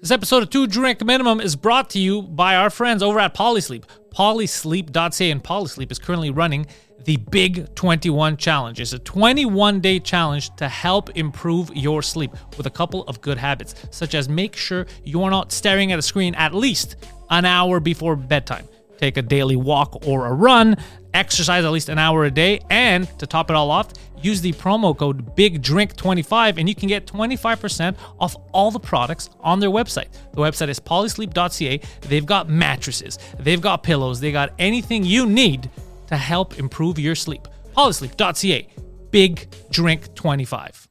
This episode of Two Drink Minimum is brought to you by our friends over at Polysleep. Polysleep.ca and Polysleep is currently running the Big 21 Challenge. It's a 21 day challenge to help improve your sleep with a couple of good habits, such as make sure you're not staring at a screen at least an hour before bedtime take a daily walk or a run, exercise at least an hour a day, and to top it all off, use the promo code BIGDRINK25 and you can get 25% off all the products on their website. The website is polysleep.ca. They've got mattresses, they've got pillows, they got anything you need to help improve your sleep. polysleep.ca. Big Drink 25.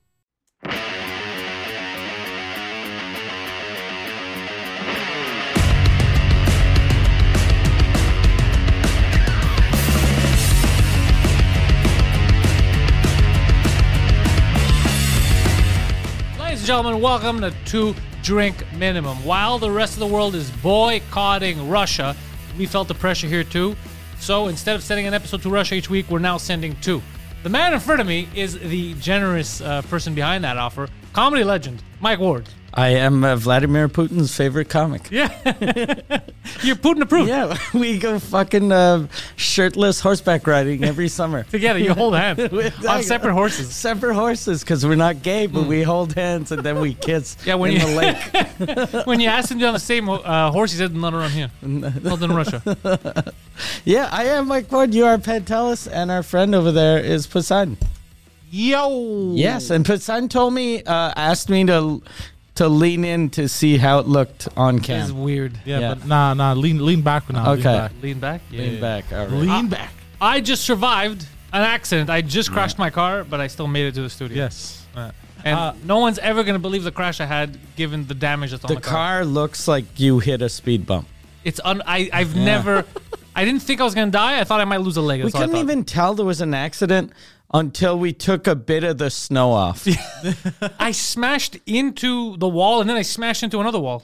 Ladies and gentlemen, welcome to Two Drink Minimum. While the rest of the world is boycotting Russia, we felt the pressure here too. So instead of sending an episode to Russia each week, we're now sending two. The man in front of me is the generous uh, person behind that offer, comedy legend Mike Ward. I am uh, Vladimir Putin's favorite comic. Yeah, you're Putin approved. Yeah, we go fucking uh, shirtless horseback riding every summer. Together, you hold hands on Exactly. separate horses. Separate horses because we're not gay, but we hold hands and then we kiss Hmm. Yeah, when in you- the lake. When you asked him to be on the same uh, horse, he said, "Not around here, not in Russia." Yeah, I am Mike Ward. You are Pantelis, and our friend over there is Poseidon. Yo. Yes, and Poseidon told me, uh, asked me to to lean in to see how it looked on It's cam. weird. uh, Yeah, Yeah. but nah, nah. Lean, lean back now. Okay. Lean back. Lean back. Yeah. Lean back. All right. Lean back. I just survived an accident. I just crashed my car, but I still made it to the studio. Yes. Uh, And Uh, no one's ever going to believe the crash I had given the damage that's on The the, car. car looks like you hit a speed bump. It's un- I, I've never. I didn't think I was going to die. I thought I might lose a leg. We That's all I couldn't thought. even tell there was an accident until we took a bit of the snow off. I smashed into the wall and then I smashed into another wall.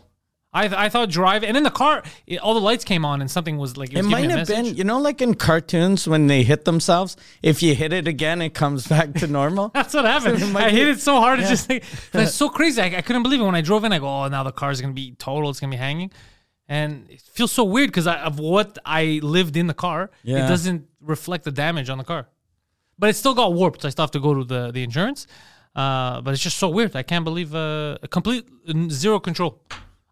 I, I thought drive and then the car, it, all the lights came on and something was like, it, It was giving might me a have been, message. you know, like in cartoons when they hit themselves, if you hit it again, it comes back to normal. That's what happened. It might I hit be- it so hard, it's just like, that's so crazy. I, I couldn't believe it when I drove in. I go, oh, now the car's gonna be total. It's gonna be hanging, and it feels so weird because of what I lived in the car. It Yeah. doesn't reflect the damage on the car, but it still got warped. So I still have to go to the the insurance. Uh, but it's just so weird. I can't believe uh, a complete n- zero control.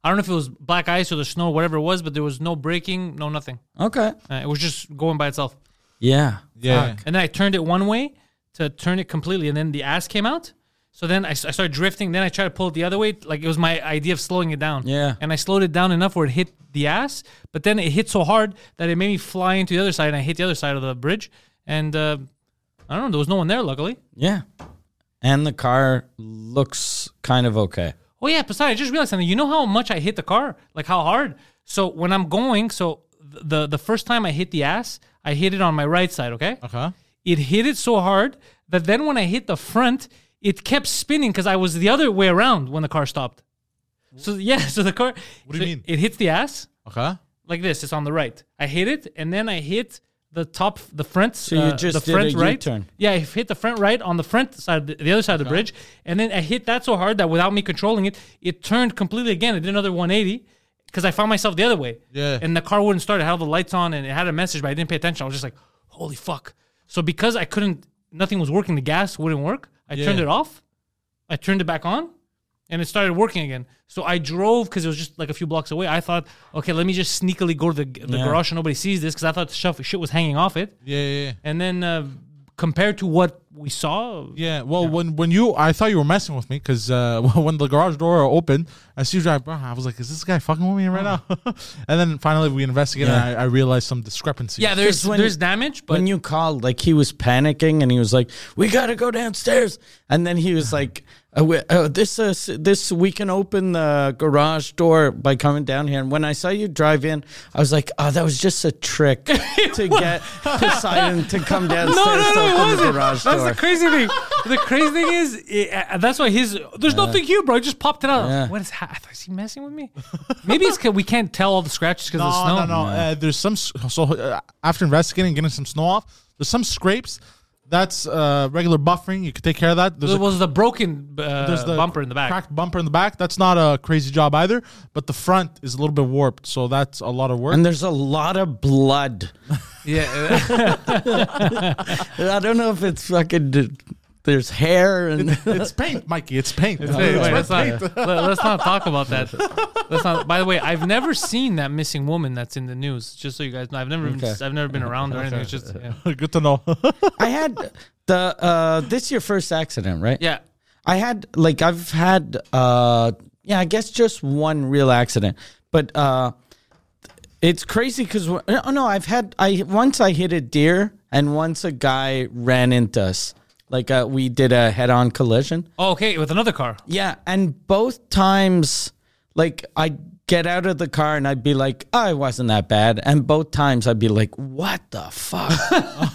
I don't know if it was black ice or the snow, whatever it was, but there was no braking, no nothing. Okay. Uh, it was just going by itself. Yeah. yeah. And then I turned it one way to turn it completely, and then the ass came out. So then I, s- I started drifting. Then I tried to pull it the other way. Like it was my idea of slowing it down. Yeah. And I slowed it down enough where it hit the ass, but then it hit so hard that it made me fly into the other side, and I hit the other side of the bridge. And uh, I don't know. There was no one there, luckily. Yeah. And the car looks kind of okay. Oh yeah, besides, I just realized something. You know how much I hit the car, like how hard. So when I'm going, so th- the the first time I hit the ass, I hit it on my right side. Okay. Okay. it hit it so hard that then when I hit the front, it kept spinning because I was the other way around when the car stopped. So yeah, so the car. What do you so mean? It hits the ass Okay. like this. It's on the right. I hit it, and then I hit the top, the front. So you just the did front a right. U-turn. Yeah, I hit the front right on the front side, of the, the other side of the bridge, and then I hit that so hard that without me controlling it, it turned completely again. It did another 180 because I found myself the other way. Yeah. And the car wouldn't start. It had all the lights on, and it had a message, but I didn't pay attention. I was just like, "Holy fuck!" So because I couldn't, nothing was working. The gas wouldn't work. I turned Yeah. it off. I turned it back on and it started working again. So I drove because it was just like a few blocks away. I thought, okay, let me just sneakily go to the, the Yeah. garage so nobody sees this because I thought the shelf, shit was hanging off it. Yeah. Yeah. yeah. And then uh, compared to what we saw, Yeah, well, when when you, I thought you were messing with me because uh, when the garage door opened, I see you drive. Bro, I was like, "Is this guy fucking with me right now?" and then finally, we investigated. Yeah. and I, I realized some discrepancy. yeah, there's 'Cause when- there's damage, but when you called, like he was panicking and he was like, "We gotta go downstairs," and then he was like, oh, we, oh, "This uh, s- this we can open the garage door by coming down here." And when I saw you drive in, I was like, "Oh, that was just a trick to get Poseidon to come downstairs no, no, to no, it open the wasn't. garage That's the door." crazy thing. The crazy thing is, it, uh, that's why his. There's nothing here, bro. I just popped it out. Yeah. What is? Ha- is he messing with me? Maybe it's 'cause we can't tell all the scratches because of the snow. No, no, no. Uh, there's some s- so uh, after investigating, getting some snow off. There's some scrapes That's uh, regular buffering. You can take care of that. There's There a was the broken uh, there's the bumper in the back. cracked bumper in the back. That's not a crazy job either. But the front is a little bit warped, so that's a lot of work. And there's a lot of blood. Yeah, I don't know if it's fucking. d- There's hair and it's paint, Mikey. It's paint. It's Wait, wait, red let's, not, paint. let, us not talk about that. Let's not. By the way, I've never seen that missing woman that's in the news. Just so you guys know, I've never, even, Okay. I've never been around or anything. It's just yeah. Good to know. I had the uh this your first accident, right? yeah. I had like I've had uh yeah, I guess just one real accident. But uh it's crazy cuz oh no, I've had I once I hit a deer and once a guy ran into us. Like uh, we did a head-on collision. Oh, okay, with another car. Yeah, and both times, like I get out of the car and I'd be like, oh, "I wasn't that bad," and both times I'd be like, "What the fuck?"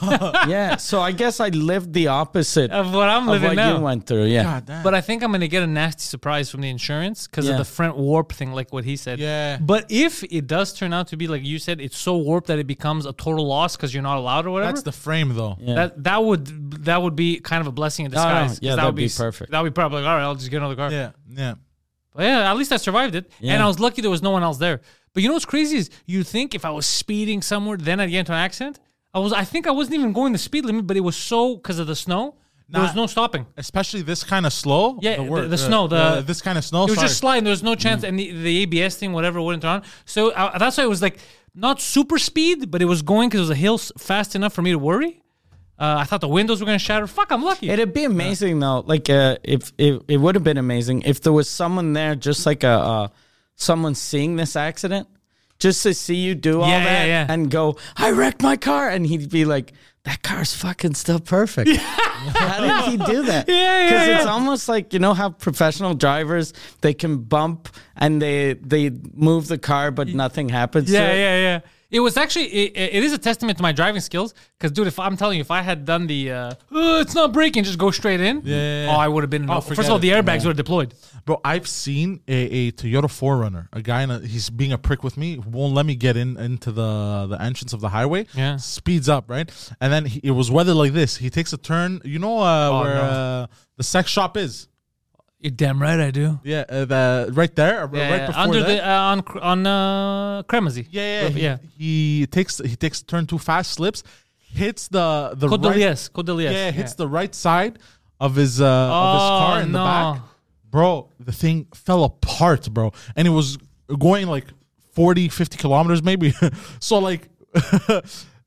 yeah, so I guess I lived the opposite Of what I'm of living what now. you went through. Yeah, God damn. But I think I'm gonna get a nasty surprise from the insurance because Yeah. of the front warp thing, like what he said. Yeah. But if it does turn out to be like you said, it's so warped that it becomes a total loss because you're not allowed or whatever. that's the frame, though. That that would that would be kind of a blessing in no, disguise. 'cause yeah, that that'd would be s- perfect. That would be probably like, all right. I'll just get another car. Yeah, yeah. But yeah, at least I survived it, and Yeah. I was lucky there was no one else there. But you know what's crazy is you think if I was speeding somewhere, then I'd get into an accident. I was I think I wasn't even going the speed limit, but it was so because of the snow. there was Nah. no stopping. Especially this kind of slow. Yeah, the, wor- the snow, the this kind of snow. It was Oh, sorry. just sliding. There was no chance, and the, the ABS thing, whatever, wouldn't turn on. So uh, that's why it was like not super speed, but it was going because it was a hill s- fast enough for me to worry. Uh, I thought the windows were gonna shatter. Fuck, I'm lucky. It'd be amazing though. Like uh, if it, it would have been amazing if there was someone there, just like a uh, someone seeing this accident, just to see you do all Yeah, yeah, that yeah. and go, "I wrecked my car," and he'd be like, "That car's fucking still perfect." How did he do that? Yeah, yeah, Because it's yeah. almost like you know how professional drivers they can bump and they they move the car, but nothing happens. to Yeah, it. yeah, yeah. It was actually it, it- it is a testament to my driving skills because, dude, if I'm telling you, if I had done the uh, "Uh, it's not breaking, just go straight in, yeah, yeah. oh, I would have been. in Oh, no- first forget of all, it. the airbags would have deployed. Bro, I've seen a, a Toyota 4Runner, a guy, in a, he's being a prick with me, won't let me get in into the, the entrance of the highway. Yeah. Speeds up, right? And then he, it was weather like this. He takes a turn, you know uh, Oh, where no. uh, the sex shop is? You're damn right, I do. Yeah, uh, the, right there, Yeah, right before under that. the uh, on Cr- on uh, Kremzy. Yeah, yeah, yeah. He, he takes he takes a turn too fast, slips, hits the the Code right, Delias, Code Delias. yeah, hits the right side of his uh of his Oh, car in the no. back, bro. The thing fell apart, bro, and it was going like 40, 50 kilometers maybe. so like.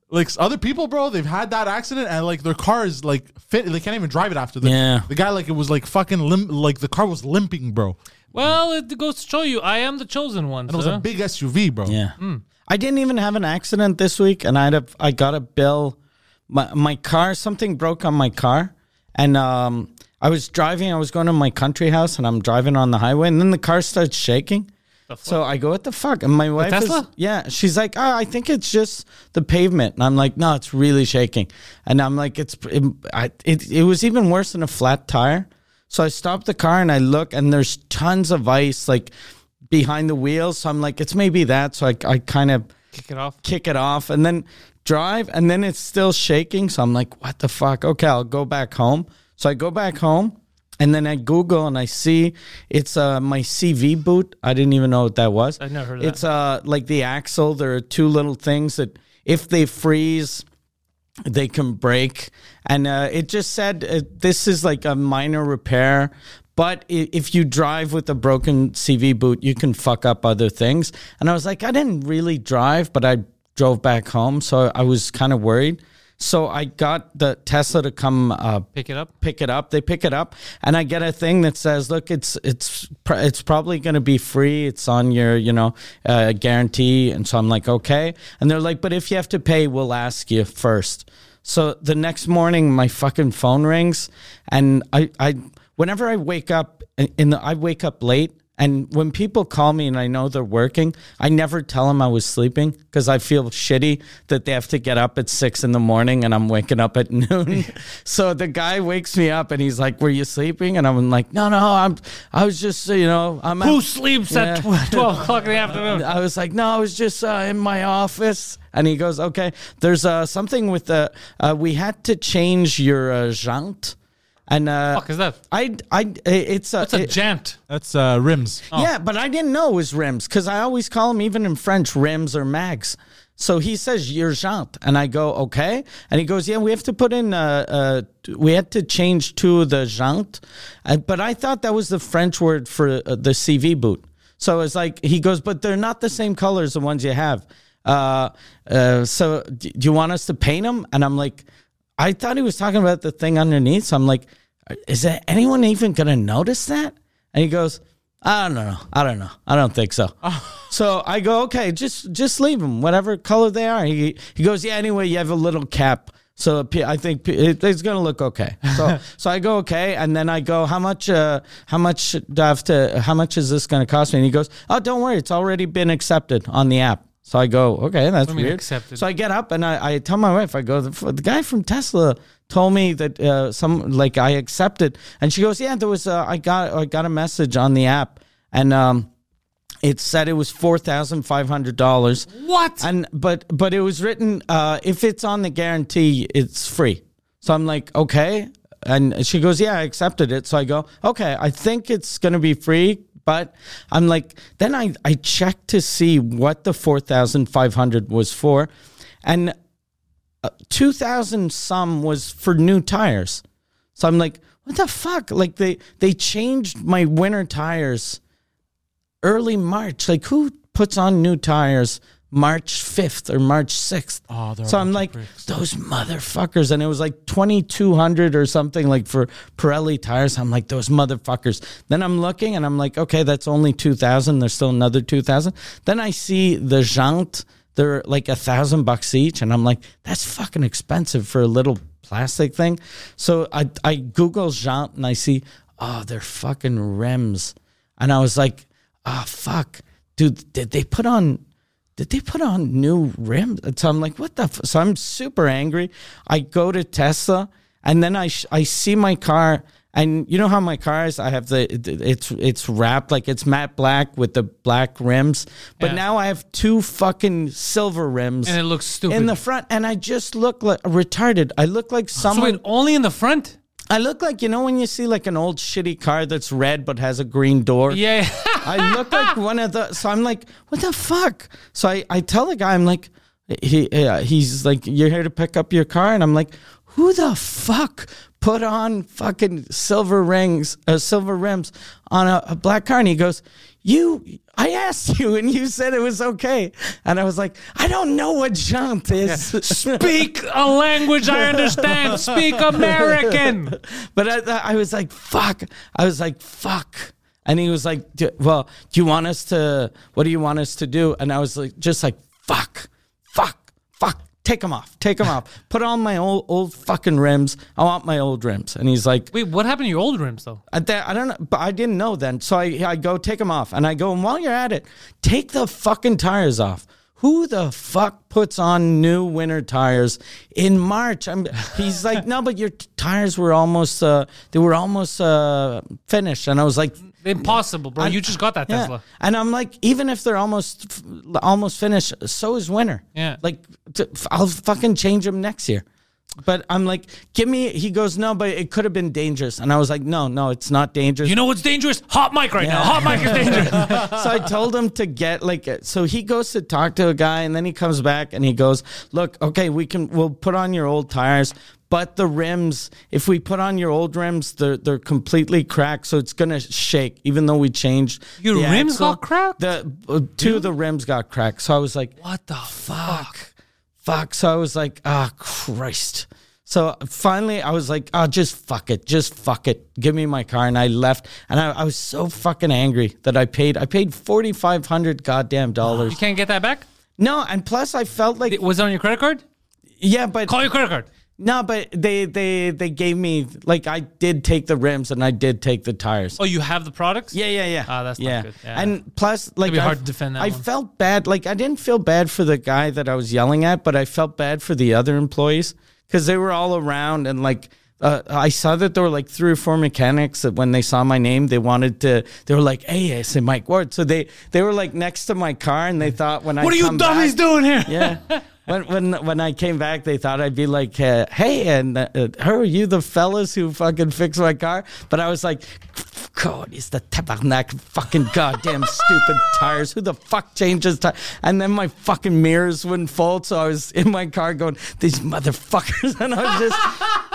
Like other people, bro, they've had that accident and like their car is like fit. They can't even drive it after that. Yeah. the guy like it was like fucking limp. Like the car was limping, bro. Well, it goes to show you, I am the chosen one. And it was a sir. big SUV, bro. Yeah. Hmm. I didn't even have an accident this week, and I had a I got a bill. My my car something broke on my car, and um, I was driving. I was going to my country house, and I'm driving on the highway, and then the car starts shaking. So I go, what the fuck? And my wife is, Tesla? yeah, she's like, oh, I think it's just the pavement. And I'm like, no, it's really shaking. And I'm like, it's, it, I, it, it was even worse than a flat tire. So I stop the car and I look, and there's tons of ice like behind the wheels. So I'm like, it's maybe that. So I, I kind of Kick it off. kick it off and then drive and then it's still shaking so i'm like what the fuck okay i'll go back home so i go back home and then i google and i see it's uh, my cv boot i didn't even know what that was I never heard of that. it's uh, like the axle there are two little things that if they freeze they can break. And uh, it just said uh, this is like a minor repair, but i- if you drive with a broken CV boot, you can fuck up other things. And I was like, I didn't really drive, but I drove back home, so I was kind of worried. So I got the Tesla to come uh, Pick it up. pick it up. They pick it up, and I get a thing that says, "Look, it's it's pr- it's probably going to be free. It's on your you know uh, guarantee." And so I'm like, "Okay," and they're like, "But if you have to pay, we'll ask you first. So the next morning, my fucking phone rings, and I I whenever I wake up in- in the I wake up late. And when people call me and I know they're working, I never tell them I was sleeping because I feel shitty that they have to get up at six in the morning and I'm waking up at noon. so the guy wakes me up and he's like, "Were you sleeping?" And I'm like, "No, no, I'm. I was just, you know, I'm." Who out- sleeps at Yeah. tw- 12 o'clock in the afternoon? I was like, "No, I was just uh, in my office." And he goes, okay, there's uh, something with the, uh, we had to change your uh, jant. And uh, Fuck is that? I, I, it's a, That's a it- jant. That's uh, rims. yeah, but I didn't know it was rims because I always call them, even in French, rims or mags. So he says urgent, and I go okay, and he goes, yeah, we have to put in, uh, uh, t- we had to change to the jant, uh, but I thought that was the French word for uh, the CV boot. So it's like he goes, but they're not the same color as the ones you have. Uh, uh, so d- do you want us to paint them? And I'm like, I thought he was talking about the thing underneath. So I'm like, is that anyone even gonna notice that? And he goes, I don't know. I don't know. I don't think so. so I go, okay, just just leave them, whatever color they are. He he goes, yeah. Anyway, you have a little cap, so pe- I think pe- it, it's gonna look okay. So so I go, okay, and then I go, how much? Uh, how much do I have to? How much is this gonna cost me? And he goes, oh, don't worry, it's already been accepted on the app. So I go, okay, that's do you mean weird. accepted? So I get up and I, I tell my wife, I go, the, f- the guy from Tesla told me that uh, some like I accepted, and she goes, yeah, there was a, I got I got a message on the app, and um, it said it was four thousand five hundred dollars, What? and but but it was written uh, if it's on the guarantee, it's free. So I'm like, okay, and she goes, yeah, I accepted it. So I go, okay, I think it's gonna be free. But I'm like, then I, I checked to see what the 4,500 was for. And uh, two thousand some was for new tires. So I'm like, what the fuck? Like they they changed my winter tires early March. Like who puts on new tires March fifth or March sixth? Oh, they're so a I'm bunch of like, pricks. those motherfuckers, and it was like twenty two hundred or something like for Pirelli tires. I'm like, those motherfuckers. Then I'm looking and I'm like, okay, that's only two thousand. There's still another two thousand. Then I see the jant they're like a thousand bucks each and i'm like that's fucking expensive for a little plastic thing so i i google jant and i see oh they're fucking rims and i was like oh fuck dude did they put on did they put on new rims And so i'm like what the f-? so i'm super angry i go to tesla and then i sh- i see my car and you know how my car is i have the it- it's it's wrapped like it's matte black with the black rims but Yeah. now now I have two fucking silver rims. And it looks stupid. In the front, and I just look like retarded. I look like so someone. wait, only in the front? I look like you know when you see like an old shitty car that's red but has a green door. Yeah. I look like one of the. So I'm like, what the fuck? So I, I tell the guy, I'm like, he uh, he's like, you're here to pick up your car, and I'm like, who the fuck put on fucking silver rings, uh, silver rims on a, a black car? And he goes, you. I asked you, and you said it was okay, and I was like, I don't know what jump is. Speak a language I understand. Speak American. but I, I was like, fuck. I was like, fuck. And he was like, "D- well, do you want us to, what do you want us to do? And I was like, just like, fuck, fuck, fuck. Take them off. Take them off. Put on my old, old fucking rims. I want my old rims. And he's like, Wait, what happened to your old rims though? I, th- I don't know, but I didn't know then. So I, I go take them off, and I go, and while you're at it, take the fucking tires off. Who the fuck puts on new winter tires in March? I'm, he's like, no, but your t- tires were almost, uh, they were almost uh, finished, and I was like, Impossible, bro. I- Oh, you just got that yeah. Tesla. And I'm like, even if they're almost, f- almost finished, so is winter. Yeah. Like, t- f- I'll fucking change them next year. But I'm like, give me. He goes, no, but it could have been dangerous. And I was like, no, no, it's not dangerous You know what's dangerous? Hot mic right now. Hot mic is dangerous. so I told him to get like uh, so he goes to talk to a guy and then he comes back and he goes, "Look, okay, we can we'll put on your old tires, but the rims, if we put on your old rims, they're they're completely cracked, so it's going to shake even though we changed Your the rims axle. got cracked? The uh, two of the rims got cracked. So I was like, what the fuck? fuck. So I was like, ah, Christ. So finally, I was like, oh, just fuck it, just fuck it, give me my car, and I left. And I, I was so fucking angry that I paid. I paid forty five hundred goddamn dollars. You can't get that back? No, and plus I felt like It- Was it on your credit card? yeah, but Call your credit card. no, but they they they gave me like I did take the rims and I did take the tires. Oh, you have the products? Yeah, yeah, yeah. Ah, that's not good. Yeah. And plus, like, be I- hard to defend that I one. felt bad. Like, I didn't feel bad for the guy that I was yelling at, but I felt bad for the other employees because they were all around and like uh, I saw that there were like three or four mechanics that when they saw my name, they wanted to. They were like, "Hey, I said Mike Ward." So they they were like next to my car, and they thought when I What are you come dummies back- doing here? Yeah. When, when when I came back, they thought I'd be like, uh, "Hey, and uh, uh, who are you, the fellas who fucking fixed my car?" But I was like, "God, it's the tabernacle, fucking goddamn stupid tires. Who the fuck changes tires?" And then my fucking mirrors wouldn't fold, so I was in my car going, "These motherfuckers," and I was just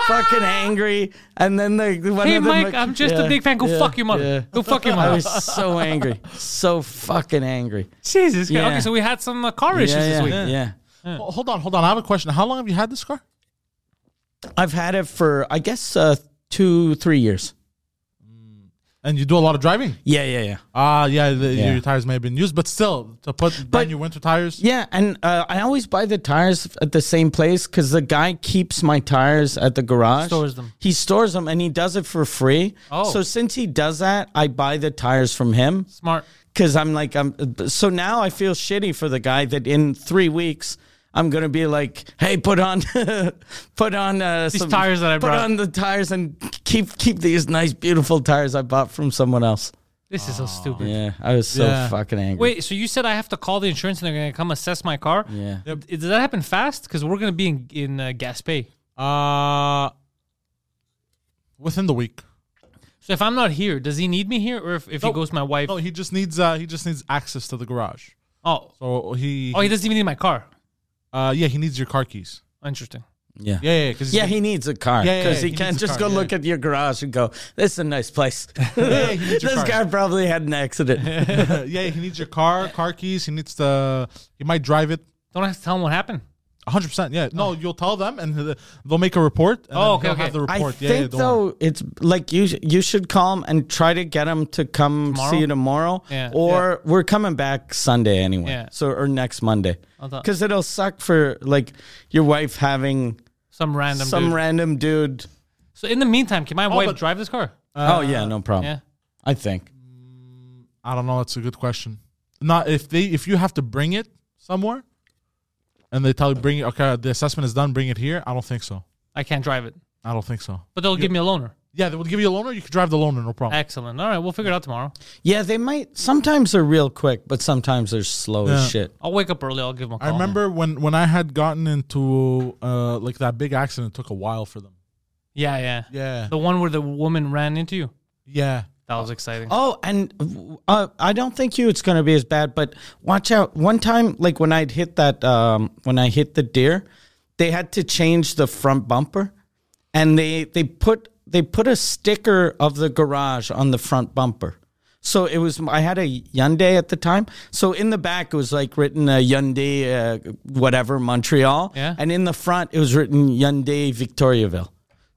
fucking angry. And then the one Hey, of the Mike, mech- I'm just a Yeah, big fan. Go yeah, fuck your mother. yeah. Go fuck your I mother. was so angry, so fucking angry. Jesus. Christ. Okay, Yeah. so we had some uh, car issues yeah, this yeah, week. yeah. Ho- Hold on, hold on. I have a question. How long have you had this car? I've had it for I guess uh, two, three years. And you do a lot of driving. Yeah, yeah, yeah. Ah, yeah, the, Yeah. your tires may have been used, but still to put brand But- new winter tires. Yeah, and uh, I always buy the tires at the same place because the guy keeps my tires at the garage. Stores them. He stores them, and he does it for free. Oh. so since he does that, I buy the tires from him Smart. because I'm like, I'm. So now I feel shitty for the guy that in three weeks. I'm gonna be like, hey, put on, put on uh, these tires that I put brought." on the tires and keep keep these nice, beautiful tires I bought from someone else. This is so stupid. Yeah, I was so Yeah. fucking angry. Wait, so you said I have to call the insurance and they're gonna come assess my car? Yeah. Th- Does that happen fast? Because we're gonna be in in uh, Gaspé. Uh within the week. So if I'm not here, does he need me here, or if, if he No. goes to my wife? No, he just needs uh he just needs access to the garage. Oh, So he, oh, he doesn't even need my car. uh yeah, he needs your car keys. Interesting. Yeah. Yeah, yeah, because Yeah, he needs a car Yeah, because he, yeah, he needs can't a just car, go yeah. look at your garage and go, "This is a nice place." yeah, he needs your this car. guy probably had an accident. yeah, he needs your car, car keys. He needs to. He might drive it. Don't I have to tell him what happened. 100. percent Yeah. No, you'll tell them, and th- they'll make a report. And Oh, then okay, he'll Have okay. the I report. yeah, yeah, think don't worry. though it's like you you should call him and try to get him to come Tomorrow? see you tomorrow, Yeah. or we're coming back Sunday anyway, Yeah. so or next Monday, I'll tell- because it'll suck for like your wife having Some random. some dude. random dude. so in the meantime, can my wife but- drive this car? Uh, oh yeah, no problem. yeah. I think. I don't know. That's a good question. Not if they if you have to bring it somewhere, and they tell you bring it. Okay, the assessment is done. Bring it here. I don't think so. I can't drive it, I don't think so. but they'll give me a loaner. Yeah, they will give you a loaner. You can drive the loaner. No problem. Excellent. All right, we'll figure it out tomorrow. Yeah, they might. Sometimes they're real quick, but sometimes they're slow Yeah. as shit. I'll wake up early. I'll give him a call. I remember when when I had gotten into uh like that big accident. It took a while for them. Yeah, yeah, Yeah. The one where the woman ran into you. Yeah. That was exciting. Oh, and uh, I don't think you it's going to be as bad, but watch out. One time, like when I'd hit that, um, when I hit the deer, they had to change the front bumper, and they they put they put a sticker of the garage on the front bumper. So it was. I had a Hyundai at the time. So in the back it was like written uh, Hyundai, uh, whatever Montreal, Yeah. and in the front it was written Hyundai Victoriaville.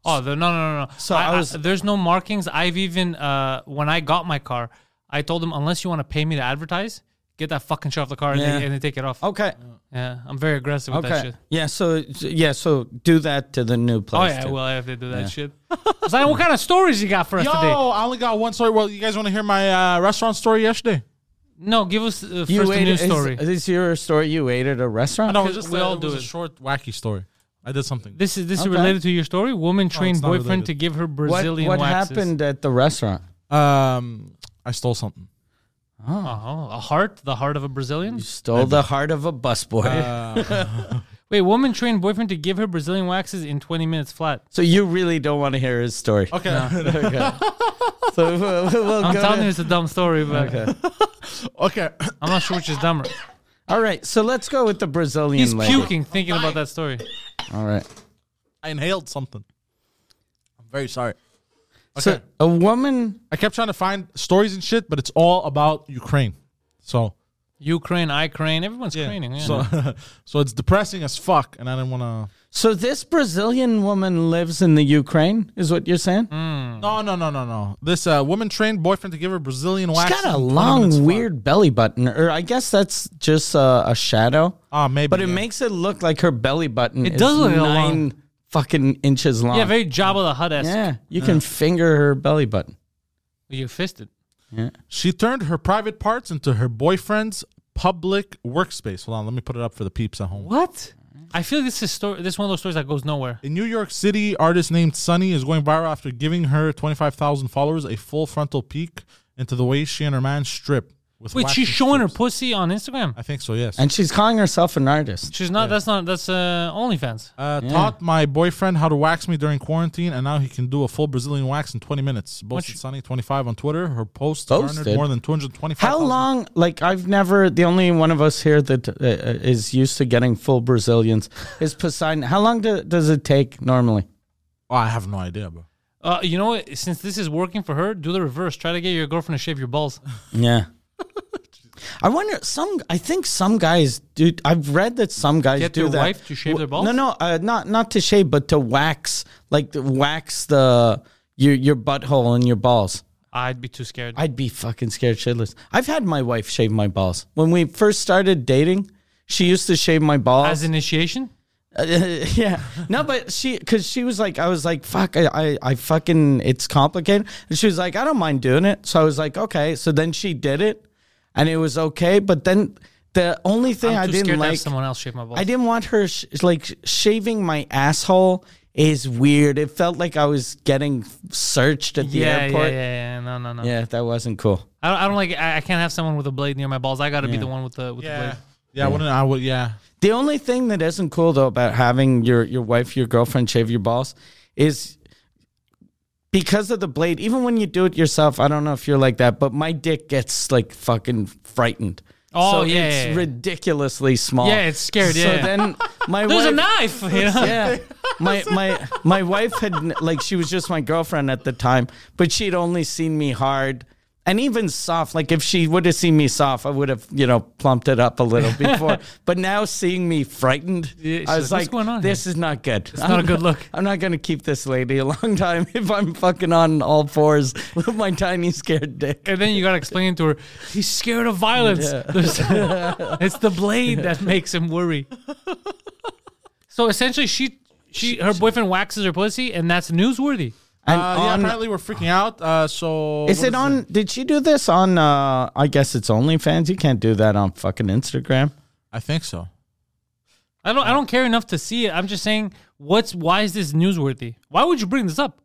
Oh, the, no, no, no, no. So I was- there's no markings. I've even uh, when I got my car, I told them unless you want to pay me to advertise, get that fucking shit off the car and, Yeah. they, and they take it off. Okay. Yeah, I'm very aggressive with that Okay. shit. Yeah. So yeah. So do that to the new Oh place. yeah, too. well I have to do that shit. Zion, what kind of stories you got for us Yo, today? I only got one story. Well, you guys want to hear my uh, restaurant story yesterday? No, give us uh, first You the ate news is- story. Is, your story you ate at a restaurant? No, it was Because just we a, all it was do a it. short, wacky story. I did something. this is this is Okay. Oh, related to your story. Woman trained it's not boyfriend related. to give her What, Brazilian what waxes. happened at the restaurant? Um, I stole something. Oh, a heart, the heart of a Brazilian. Stole the heart of a busboy. Wait, woman trained boyfriend to give her Brazilian waxes in 20 minutes flat. so you really don't want to hear his story. Okay. Okay. so we'll, we'll I'm go telling to- you, it's a dumb story, but okay. I'm not sure which is dumber. All right. So let's go with the Brazilian He's lady. puking thinking about that story. All right. I inhaled something. I'm very sorry. So Okay. a woman. I kept trying to find stories and shit, but it's all about Ukraine. So Ukraine, I crane, everyone's yeah. craning. Yeah. So, so it's depressing as fuck, and I didn't want So this Brazilian woman lives in the Ukraine, is what you're saying? Mm, to. No, no, no, no, no. This uh, woman trained boyfriend to give her Brazilian She's wax. got a long, weird belly button, or I guess that's just uh, a shadow. Ah, maybe. But it yeah. makes it look like her belly button. It is does look a lot. nine fucking inches long. yeah, very Jabba the Hutt esque. Yeah, you can finger her belly button. You fisted. She turned her private parts into her boyfriend's public workspace. Hold on, let me put it up for the peeps at home. What? I feel this is story. This is one of those stories that goes nowhere. In New York City, artist named Sunny is going viral after giving her 25,000 followers a full frontal peek into the way she and her man strip. With Wait, waxing she's showing her strips. pussy on Instagram. I think so, yes. And she's calling herself an artist. She's not. That's not. That's uh, OnlyFans. Uh, Taught my boyfriend how to wax me during quarantine, and now he can do a full Brazilian wax in 20 minutes. Boasted Much- Sunny25 on Twitter. Her posts garnered Boasted? more than 225. How long? Like I've never. The only one of us here that uh, is used to getting full Brazilians is Poseidon. How long do, does it take normally? Oh, I have no idea, bro. Uh, you know what? Since this is working for her, do the reverse. Try to get your girlfriend to shave your balls. Yeah. I wonder. Some. I think some guys do. I've read that some guys Get do their that. wife to shave their balls? No, no, uh, not not to shave, but to wax, like to wax the your your butthole and your balls. I'd be too scared. I'd be fucking scared shitless. I've had my wife shave my balls. When we first started dating, she used to shave my balls. As initiation, yeah. No, but she, because she was like, I was like, fuck, I, I, I fucking, it's complicated. And she was like, I don't mind doing it. So I was like, okay. So then she did it and it was okay. But then the only thing I'm I too did scared not to have like, someone else shave my balls. I didn't want her sh- like shaving my asshole is weird. It felt like I was getting searched at the yeah, yeah, airport. yeah, yeah. No, no, no. yeah, that wasn't cool. I don't, I don't like. I, I can't have someone with a blade near my balls. I got to be the one with the with the Yeah. blade. Yeah, I wouldn't. I would. Yeah. The only thing that isn't cool though about having your your wife, your girlfriend shave your balls is because of the blade. Even when you do it yourself, I don't know if you're like that, but my dick gets like fucking frightened. Oh, So yeah, it's yeah, yeah. ridiculoly small. Yeah, it's scared, So yeah. then my There's wife, a knife. You know? yeah. My my my wife had n- like she was just my girlfriend at the time, but she'd only seen me hard and even soft. Like if she would have seen me soft, I would have you know plumped it up a little before. but now seeing me frightened, Yeah, she's I was like, like, "What's going on "This is not good. It's not a good look." I'm not gonna keep this lady a long time if I'm fucking on all fours with my tiny scared dick." And then you gotta explain to her, he's scared of violence. There's- it's the blade that makes him worry. So essentially, she, she, her boyfriend waxes her pussy, and that's newsworthy. And Uh, yeah. on- Apparently, we're freaking out. Uh, so is what it on? Did she do this on? uh I guess it's OnlyFans. You can't do that on fucking Instagram. I think so. I don't, I don't care enough to see it. I'm just saying, what's why is this newsworthy? Why would you bring this up?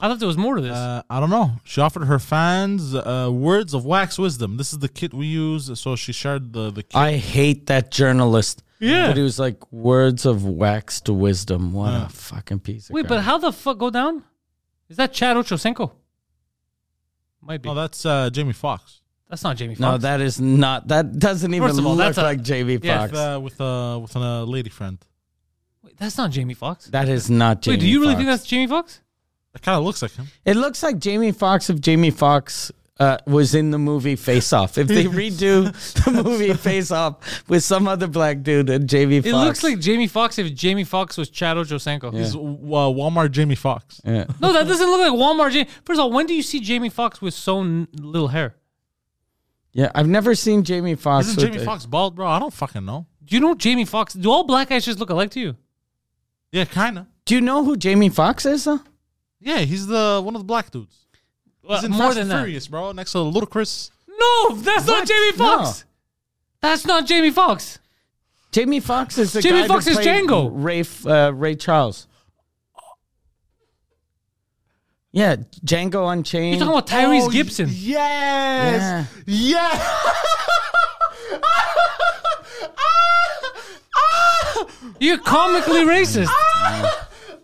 I thought there was more to this. Uh, I don't know. She offered her fans uh, words of wax wisdom. This is the kit we use. So she shared the the kit. I hate that journalist. Yeah. But he was like, words of waxed wisdom. What a fucking piece of Wait, but crap. how the fuck go down? Is that Chad Ochocinco? Might be. Oh, that's uh, Jamie Foxx. that's not Jamie Foxx. No, that is not. That doesn't even First of all, look that's a- like JV yeah, Fox. With, uh, with uh, with a lady friend. Wait, that's not Jamie Foxx. that is not Jamie Wait, do you really think Foxx. that's Jamie Foxx? It kind of looks like him. It looks like Jamie Foxx if Jamie Foxx uh, was in the movie Face Off. If they redo the movie Face Off with some other black dude and Jamie Foxx. It looks like Jamie Foxx if Jamie Foxx was Chad Ochocinco. He's uh, Walmart Jamie Foxx. Yeah. No, that doesn't look like Walmart. Jamie. First of all, when do you see Jamie Foxx with so n- little hair? yeah, I've never seen Jamie Foxx. Isn't with Jamie a- Foxx bald, bro? I don't fucking know. Do you know Jamie Foxx? Do all black guys just look alike to you? Yeah, kind of. Do you know who Jamie Foxx is, though? Yeah, he's the one of the black dudes. Well, He's in more Fast than and that. Furious, bro. Next to Ludacris. No, that's not What? Jamie Foxx. That's not Jamie Foxx. Jamie Foxx is the Jamie guy Foxx who is played Django. Ray uh, Ray Charles. Yeah, Django You're Unchained. talking about Oh, Tyrese Gibson. Oh, Yes. Yeah. You're comically racist. Oh,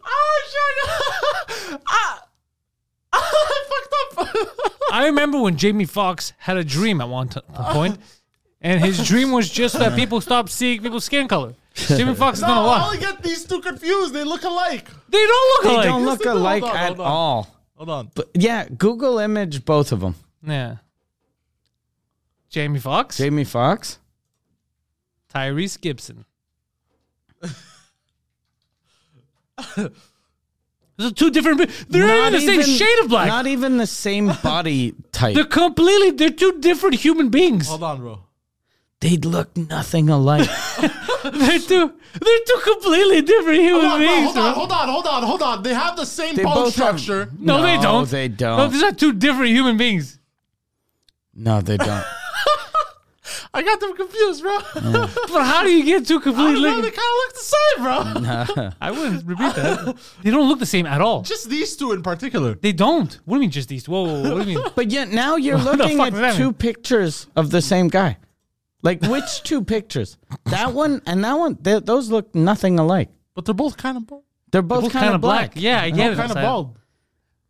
I remember when Jamie Foxx had a dream at one t- point, and his dream was just that people stop seeing people's skin color. Jamie Fox is No, done a I lot. only get these two confused. They look alike. They don't look they alike. don't look Hold on, alike hold on, at hold on. all. Hold on. But yeah, Google image both of them. Yeah. Jamie Foxx, Jamie Foxx. Tyrese Gibson. Those are two different. pe- They're not even the same shade of black. Not even the same body type. they're completely. They're two different human beings. Hold on, bro. they look nothing alike. They're two. They're two completely different human Hold on, bro. beings. Hold bro. on, hold on, hold on, hold on. They have the same They bone both have- structure. No, they No, don't. they don't. No, these are two different human beings. no, they don't. I got them confused, bro. But how do you get two I completely? don't know, they kind of look the same, bro. I wouldn't repeat that. they don't look the same at all. Just these two in particular. They don't. What do you mean just these? Whoa, whoa, whoa, what do you mean? But yet now you're What the looking fuck does at that two mean? pictures of the same guy. Like which two pictures? That one and that one. They, those look nothing alike. But they're both kind of bald. They're both, Both kind of black. Yeah, I get it. Kind of Asad. bald.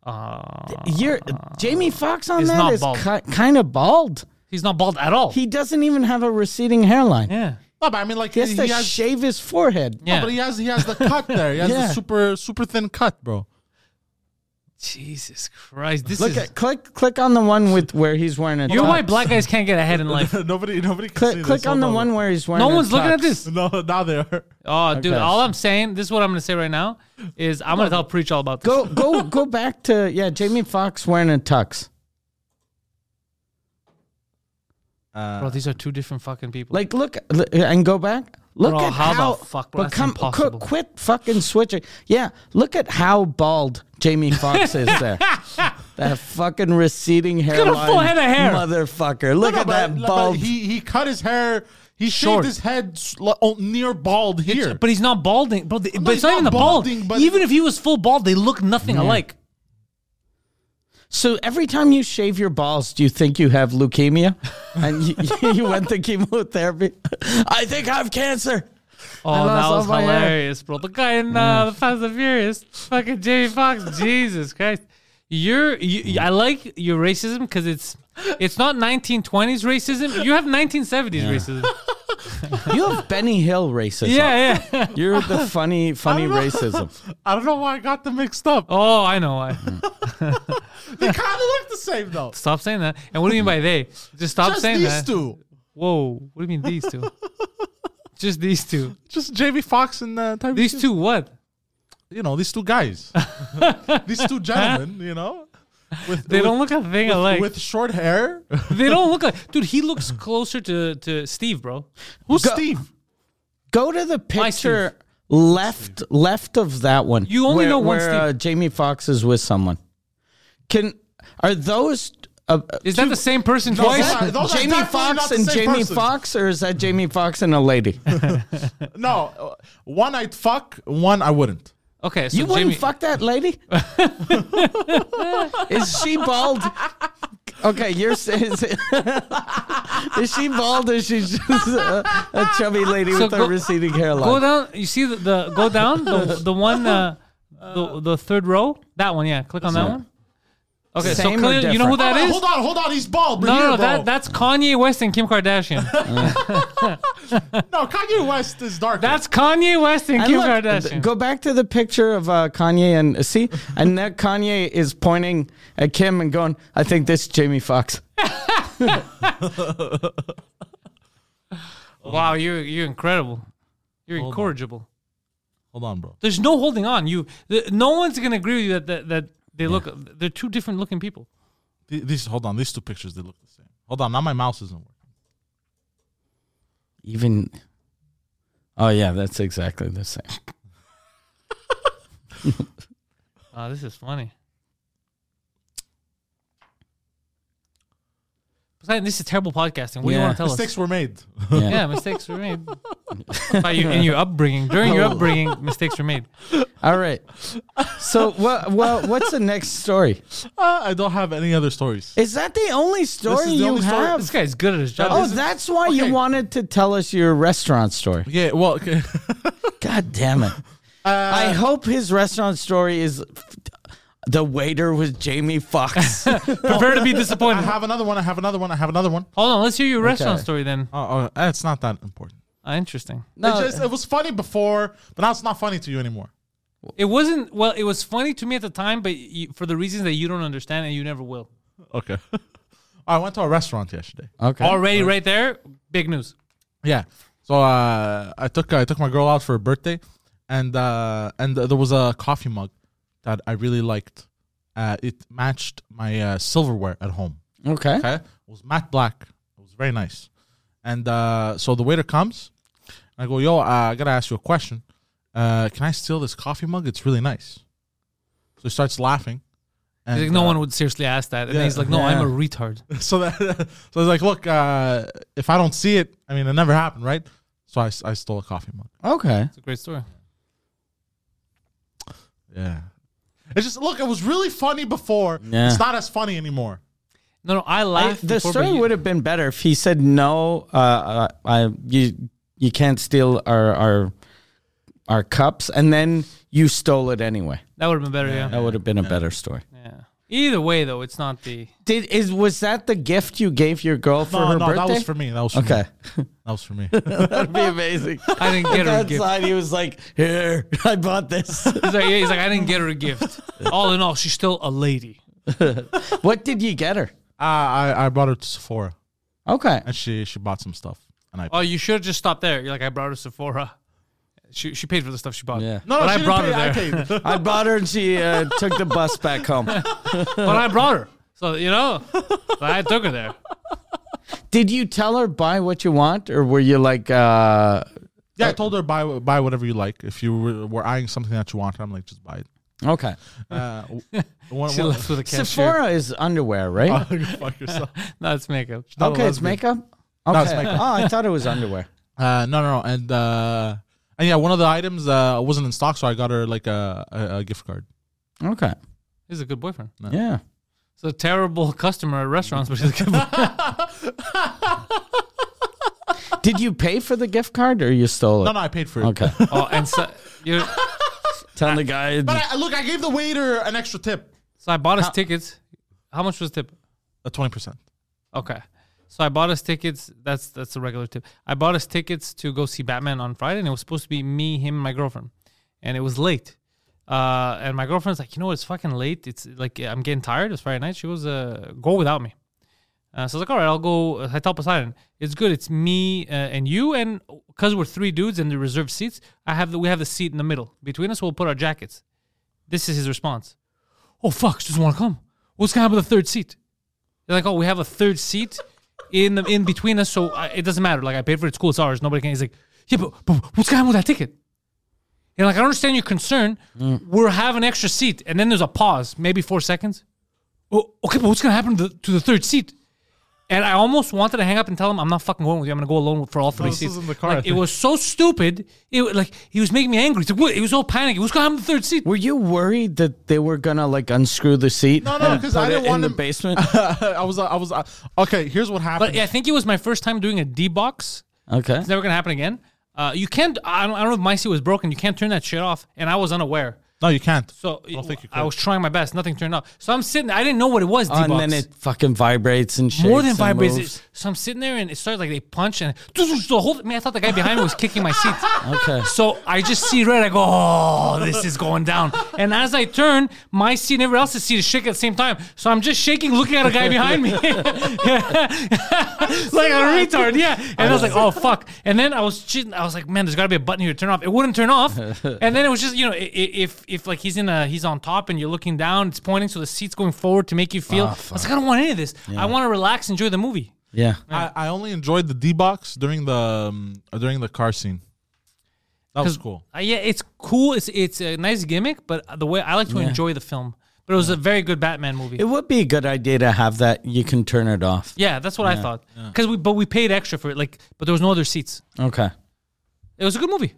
Uh, You're Jamie Foxx on Is that not is bald. ki- kind of bald. he's not bald at all. He doesn't even have a receding hairline. yeah. No, but I mean, like He has he to has, shave his forehead. no, Yeah. but he has he has the cut there. He has Yeah. the super super thin cut, bro. Jesus Christ. This Look is. at click click on the one with where he's wearing a. you know tux. why black guys can't get ahead in life? nobody nobody can see Click this. click on Hold the one where he's wearing. No a one's looking at tux. this. No, now they are. Oh, dude, Okay. all I'm saying, this is what I'm going to say right now, is I'm going to tell Preach all about this. Go go go back to yeah Jamie Foxx wearing a tux. Bro, these are two different fucking people. Like, look l- and go back. Look Bro, at how how, the fuck, bro? but That's come- qu- impossible. quit fucking switching. Yeah, look at how bald Jamie Foxx is there. That fucking receding hairline, full head of hair. motherfucker. Look No, at but- that but bald. He he cut his hair. He Short. shaved his head sl- oh, near bald here. But he's not balding. Bro, the, but he's it's not not even the bald. balding, but- even if he was full bald, they look nothing alike. so every time you shave your balls, do you think you have leukemia? And you, you went to chemotherapy. I think I have cancer. Oh, lost that all was my hair. hilarious, bro. The guy in uh, the Fast and Furious, fucking Jamie Foxx. Jesus Christ, you're. You, I like your racism because it's it's not 1920s racism. You have 1970s racism. You have Benny Hill racism. Yeah, yeah. You're the funny, funny racism. I don't know why I got them mixed up. Oh, I know. why. Mm. They kind of look the same though. stop saying that. And what do you mean by they? Just stop Just saying these that. two. Whoa. What do you mean these two? Just these two. Just Jamie Foxx and uh, Tyrese These Hill. two. What? You know, these two guys. these two gentlemen. You know, with They with, don't look a thing alike. with short hair. They don't look like. Dude, he looks closer to to Steve, bro. Who's Go- Steve? Go to the My picture left left of that one. You only where, know one where Steve. uh, Jamie Fox is with someone. Can are those? Uh, uh, Is that the same person twice? that- those are Jamie definitely not Fox the and same Jamie person. Fox, or is that Jamie Fox and a lady? No, uh, one I'd fuck, one I wouldn't. Okay, so You wouldn't Jamie, fuck that lady? is she bald? Okay, you're saying is, is she bald? Or is she just a, a chubby lady with go- a receding hairline? Go down. You see the, the go down the the one uh, the the third row. That one, yeah. Click on that one. Okay, Same or so clearly, you know who different? that is. Hold on, Hold on, hold on. He's bald. No, here, no, no, bro. that that's Kanye West and Kim Kardashian. no. Kanye West is dark. That's Kanye West and And Kim look, Kardashian. Go back to the picture of uh, Kanye and see, and that Kanye is pointing at Kim and going, "I think this is Jamie Foxx." wow, you're you're incredible. You're incorrigible. hold on, bro. There's no holding on. You, the, no one's gonna agree with you that that, that they look. They're two different looking people. Th- These hold on. These two pictures they look the same. Hold on. Now my mouse isn't working. Even, oh yeah, that's exactly the same. Oh, this is funny. Besides, this is terrible podcasting. What do you Yeah. want to tell us? Mistakes were made. Yeah, mistakes were made. By you, in your upbringing, during your upbringing, mistakes were made. All right. So what? Well, what's the next story? Uh, I don't have any other stories. Is that the only story the you only story- have? This guy's good at his job. Oh, This is- that's why you okay. wanted to tell us your restaurant story. Yeah. Well. Okay. God damn it. Uh, I hope his restaurant story is the waiter was Jamie Foxx. prepare to be I disappointed. have another one. I have another one. I have another one. Hold on, let's hear your restaurant Okay. story then. Oh, oh it's not that important. Ah, interesting. No. It, just, it was funny before, but now it's not funny to you anymore. It wasn't well. It was funny to me at the time, but you, for the reasons that you don't understand and you never will. Okay. I went to a restaurant yesterday. Okay. Already, right there, big news. Yeah. So uh, I took I took my girl out for her birthday, and uh, and there was a coffee mug that I really liked. Uh, it matched my uh, silverware at home. Okay. Okay, it was matte black. It was very nice. And uh, so the waiter comes, and I go, "Yo, uh, I gotta ask you a question. Uh, can I steal this coffee mug? It's really nice." So he starts laughing, He's like, And, no uh, one would seriously ask that. And yeah, he's like, no, I'm a yeah. retard. so that so I was like, look, uh, if I don't see it, I mean, it never happened, right? So I, s- I stole a coffee mug. Okay. It's a great story. Yeah, it's just look, it was really funny before. Yeah. It's not as funny anymore. No, no, I I, laughed. the before, but story you- would have been better if he said no. Uh, uh, I you you can't steal our our our cups, and then you stole it anyway. That would have been better, yeah. That would have been a better story. yeah. Either way, though, it's not the. Did is was that the gift you gave your girl for No, her no, birthday? that was for me. That was for okay. Me. That was for me. That'd be amazing. I didn't get her a gift. Outside, he was like, "Here, I bought this." He's like, yeah, he's like, I didn't get her a gift. All in all, she's still a lady. what did you get her? uh, I I brought her to Sephora, Okay. and she she bought some stuff, and I. Oh, you should have just stopped there. You're like, I brought her Sephora. She she paid for the stuff she bought. Yeah. no, but she I didn't brought her pay, there. I paid. I bought her, and she uh, took the bus back home. But I brought her. So you know, I took her there. Did you tell her buy what you want, or were you like, uh, yeah, I told her buy buy whatever you like. If you were, were eyeing something that you wanted, I'm like, just buy it. okay? Uh, w- one- She one- left with a cashier. Sephora is underwear, right? Oh, you fuck yourself. No, it's makeup. okay, it's makeup. Okay. it's makeup. Oh, I thought it was underwear. Uh, no, no, no, and uh, and yeah, one of the items uh wasn't in stock, so I got her like a a, a gift card. Okay. He's a good boyfriend. Yeah. He's a terrible customer at restaurants, but he's a good boyfriend. Did you pay for the gift card, or you stole it? No, no, I paid for it. Okay. Oh, and so you. Tell the guy. But I, look, I gave the waiter an extra tip, So I bought his tickets. How much was the tip? a twenty percent. Okay. So I bought us tickets. That's that's a regular tip. I bought us tickets to go see Batman on Friday, and it was supposed to be me, him, and my girlfriend, and it was late. Uh, and my girlfriend's like, you know, what? it's fucking late. It's like I'm getting tired. It's Friday night. She goes, uh, go without me. Uh, so I was like, all right, I'll go. uh, I tell Poseidon, it's good. It's me uh, and you, and because we're three dudes and the reserved seats, I have the we have the seat in the middle between us. We'll put our jackets. This is his response. Oh fuck, she doesn't want to come. What's gonna happen with the third seat? They're like, oh, we have a third seat in the, in between us, so I, it doesn't matter. Like I paid for it, it's cool, it's ours. Nobody can. He's like, yeah, but, but what's going on with that ticket? And like I don't understand your concern. Mm. We're having extra seat, and then there's a pause, maybe four seconds. Oh, okay, but what's gonna happen to the, to the third seat? And I almost wanted to hang up and tell him I'm not fucking going with you. I'm gonna go alone for all three this seats. was in the car, I Like, it think. was so stupid. It wa- like he was making me angry. It's like, what? It was all panic. What's gonna happen to the third seat? Were you worried that they were gonna like unscrew the seat? No, no, and 'cause I put it didn't want in the him- basement. I was, I was, uh, okay. Here's what happened. But I think it was my first time doing a D box. Okay. It's never gonna happen again. Uh, you can't. I don't, I don't know if my seat was broken. You can't turn that shit off, and I was unaware. no, you can't. So I, don't think you could. was trying my best. Nothing turned off. So I'm sitting. I didn't know what it was. D-box. And then it fucking vibrates and shakes. more than five and moves. minutes. So I'm sitting there, and it started like they punch and the whole. Man, I thought the guy behind me was kicking my seat. Okay. So I just see red. I go, oh, this is going down. And as I turn, my seat and everyone else's seat is shaking at the same time. So I'm just shaking, looking at a guy behind me, like a retard. Yeah. And I was like, oh fuck. And then I was, cheating. I was like, man, there's got to be a button here to turn off. It wouldn't turn off. And then it was just, you know, i- i- if if like he's in a he's on top and you're looking down, it's pointing, so the seat's going forward to make you feel. I was like, I don't want any of this. I want to relax, enjoy the movie. Yeah. I, I only enjoyed the D box during the um, uh, during the car scene. That was cool. Uh, yeah, it's cool. It's it's a nice gimmick, but the way I like to enjoy the film. But it was a very good Batman movie. It would be a good idea to have that. You can turn it off. yeah, that's what I thought. Because we but we paid extra for it. Like, but there was no other seats. Okay. It was a good movie.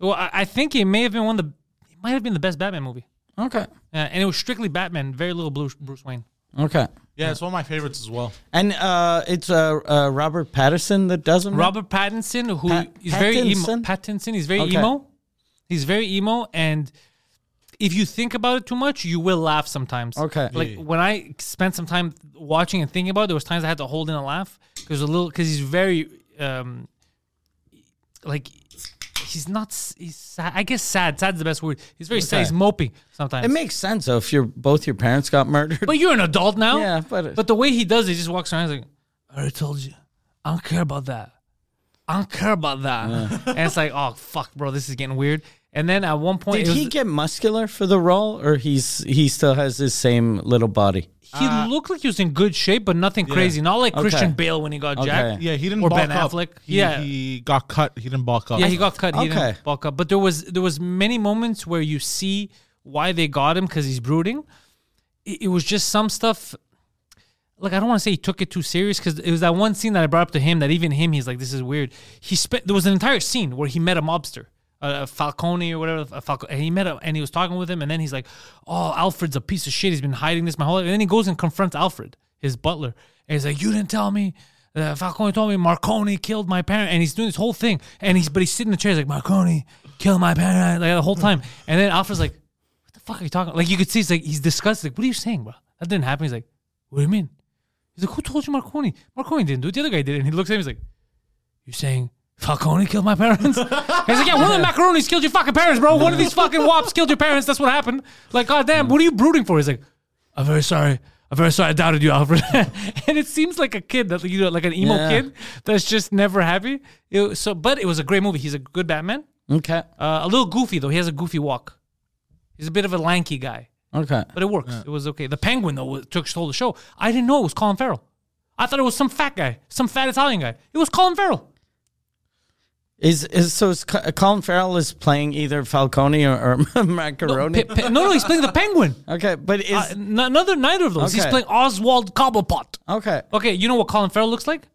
Well, I, I think it may have been one of the. It might have been the best Batman movie. Okay. Uh, and it was strictly Batman, very little Bruce, Bruce Wayne. Okay. Yeah, it's one of my favorites as well. And uh, it's uh, uh, Robert Patterson that does them. right? Robert Pattinson, who is Pa- very emo. Pattinson? Pattinson, he's very Okay. emo. He's very emo, and if you think about it too much, you will laugh sometimes. Okay. Like when I spent some time watching and thinking about it, there was times I had to hold in a laugh because a little because he's very um, like he's not s- he's sad. I guess sad. Sad's the best word. He's very sad. Okay. He's mopey sometimes. It makes sense though if your both your parents got murdered. But you're an adult now. Yeah, but- the way he does it, he just walks around he's like, I already told you. I don't care about that. I don't care about that. and it's like, oh fuck, bro, this is getting weird. And then at one point, Did it was- he get muscular for the role, or he's he still has his same little body? he looked like he was uh, in good shape, but nothing crazy. Not like Christian Bale when he got jacked. Yeah, he didn't Or bulk Ben up. Affleck. He, Yeah. he got cut. He didn't bulk up. Yeah, he got cut. He Okay. didn't bulk up. But there was there was many moments where you see why they got him because he's brooding. it, it was just some stuff. Like I don't want to say he took it too serious because it was that one scene that I brought up to him that even him he's like this is weird. He spent there was an entire scene where he met a mobster, a, a Falcone or whatever. A Falco, and he met him and he was talking with him and then he's like, "Oh, Alfred's a piece of shit. He's been hiding this my whole life." And then he goes and confronts Alfred, his butler, and he's like, "You didn't tell me." Uh, Falcone told me Marconi killed my parent, and he's doing this whole thing, and he's but he's sitting in the chair, he's like Marconi killed my parent, like the whole time, and then Alfred's like, the fuck are you talking? Like you could see, it's like he's disgusted. Like, what are you saying, bro? That didn't happen. He's like, what do you mean? He's like, who told you Marconi? Marconi didn't do it. The other guy did it. And he looks at him. He's like, you're saying Falcone killed my parents? he's like, yeah, one of the macaronis killed your fucking parents, bro. One of these fucking wops killed your parents. That's what happened. Like, goddamn, what are you brooding for? He's like, I'm very sorry. I'm very sorry. I doubted you, Alfred. and it seems like a kid that you know, like an emo Yeah. kid that's just never happy. It was- so, but it was a great movie. He's a good Batman. Okay. Uh, a little goofy though. He has a goofy walk. He's a bit of a lanky guy, Okay. but it works. It was okay. The Penguin though was- took stole the show. I didn't know it was Colin Farrell. I thought it was some fat guy, some fat Italian guy. It was Colin Farrell. Is is so? Is Co- Colin Farrell is playing either Falcone or, or No, Macaroni. pe- pe- no, no, he's playing the Penguin. okay, but is Uh, n- another neither of those. He's Okay. playing Oswald Cobblepot. okay. Okay, you know what Colin Farrell looks like?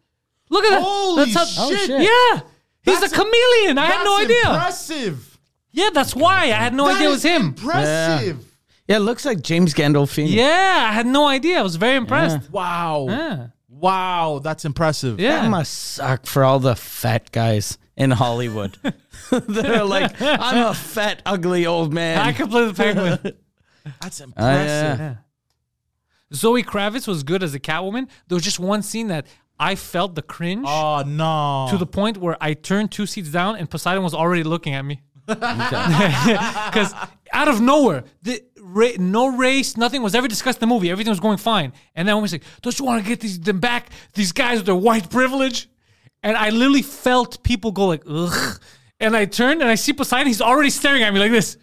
Look at that. Holy that's how, shit. Oh, shit. Yeah, he's That's a chameleon. I had no That's idea. Impressive. Yeah, that's why I had no That idea it is was him. Impressive. Yeah, it looks like James Gandolfini. yeah, I had no idea. I was very impressed. Wow. Yeah. Wow. That's impressive. Yeah. That must suck for all the fat guys in Hollywood. They're like, I'm a fat, ugly old man. I could play the penguin. That's impressive. yeah. Zoe Kravitz was good as a Catwoman. There was just one scene that I felt the cringe Oh no. to the point where I turned two seats down and Poseidon was already looking at me. Because out of nowhere, the ra- no race, nothing was ever discussed in the movie. Everything was going fine. And then I was like, don't you want to get these them back? These guys with their white privilege? And I literally felt people go like, ugh. And I turned and I see Poseidon. He's already staring at me like this.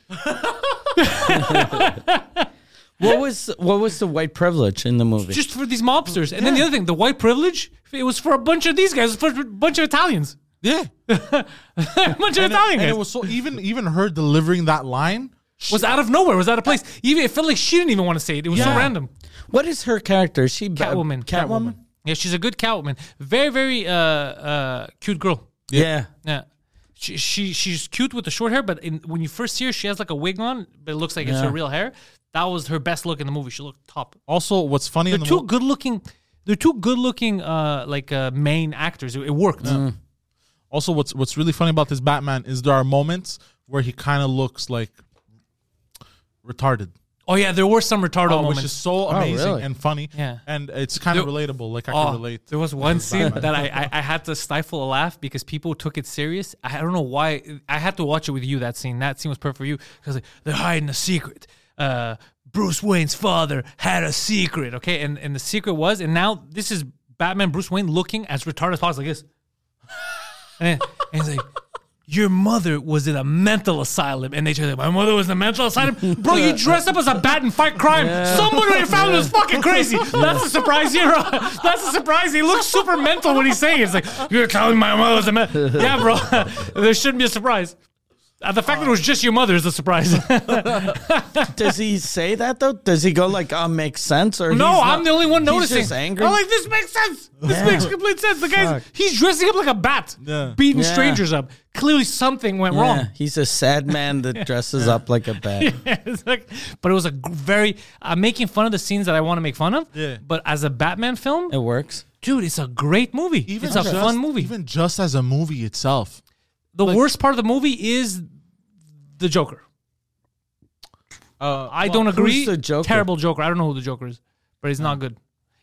uh, What was what was the white privilege in the movie? just for these mobsters. And then the other thing, the white privilege, it was for a bunch of these guys, it was for a bunch of Italians. yeah. a bunch of Italian And guys. it was so even even her delivering that line. she- was out of nowhere, was out of place. Even it felt like she didn't even want to say it. It was so Yeah. random. what is her character? Is she ba- Catwoman. Catwoman. Yeah, she's a good Catwoman. Very, very uh uh cute girl. Yeah. Yeah. She, she she's cute with the short hair, but in, when you first see her, she has like a wig on, but it looks like it's her real hair. That was her best look in the movie. She looked top. also, what's funny in They're the two mo- good looking. They're two good looking uh like uh main actors. It, it worked. also what's what's really funny about this Batman is there are moments where he kind of looks like retarded. Oh yeah, there were some retardo Oh, moments. which is so amazing really? and funny. Yeah. And it's kind of There- relatable. Like I Oh, can relate. There was one scene that I, I I had to stifle a laugh because people took it serious. I don't know why. I had to watch it with you. That scene. That scene was perfect for you because like, they're hiding a secret. Uh, Bruce Wayne's father had a secret. Okay, and and the secret was, and now this is Batman Bruce Wayne looking as retarded as possible, like this. And, and he's like. Your mother was in a mental asylum, and they tell you my mother was in a mental asylum. Bro, you dress up as a bat and fight crime. Someone in your family was fucking crazy. That's a surprise hero. That's a surprise. He looks super mental when he's saying it. it's like you're telling my mother was a man. Yeah, bro. there shouldn't be a surprise. Uh, the fact that it was just your mother is a surprise. Does he say that though? Does he go like, "Oh, makes sense"? Or he's no, not- I'm the only one he's noticing. just angry? I'm like, this makes sense. This Yeah. makes complete sense. The guy's Fuck. he's dressing up like a bat, Yeah. beating Yeah. strangers up. Clearly, something went Yeah, wrong. He's a sad man that dresses up like a bat. It's like- but it was a gr- very. I'm making fun of the scenes that I want to make fun of. Yeah. But as a Batman film, It works. dude, it's a great movie. it's a just- fun movie. Even just as a movie itself. the worst part of the movie is the Joker. Uh, I don't agree. the Joker? Mm. Terrible Joker. I don't know who the Joker is, but it's not good.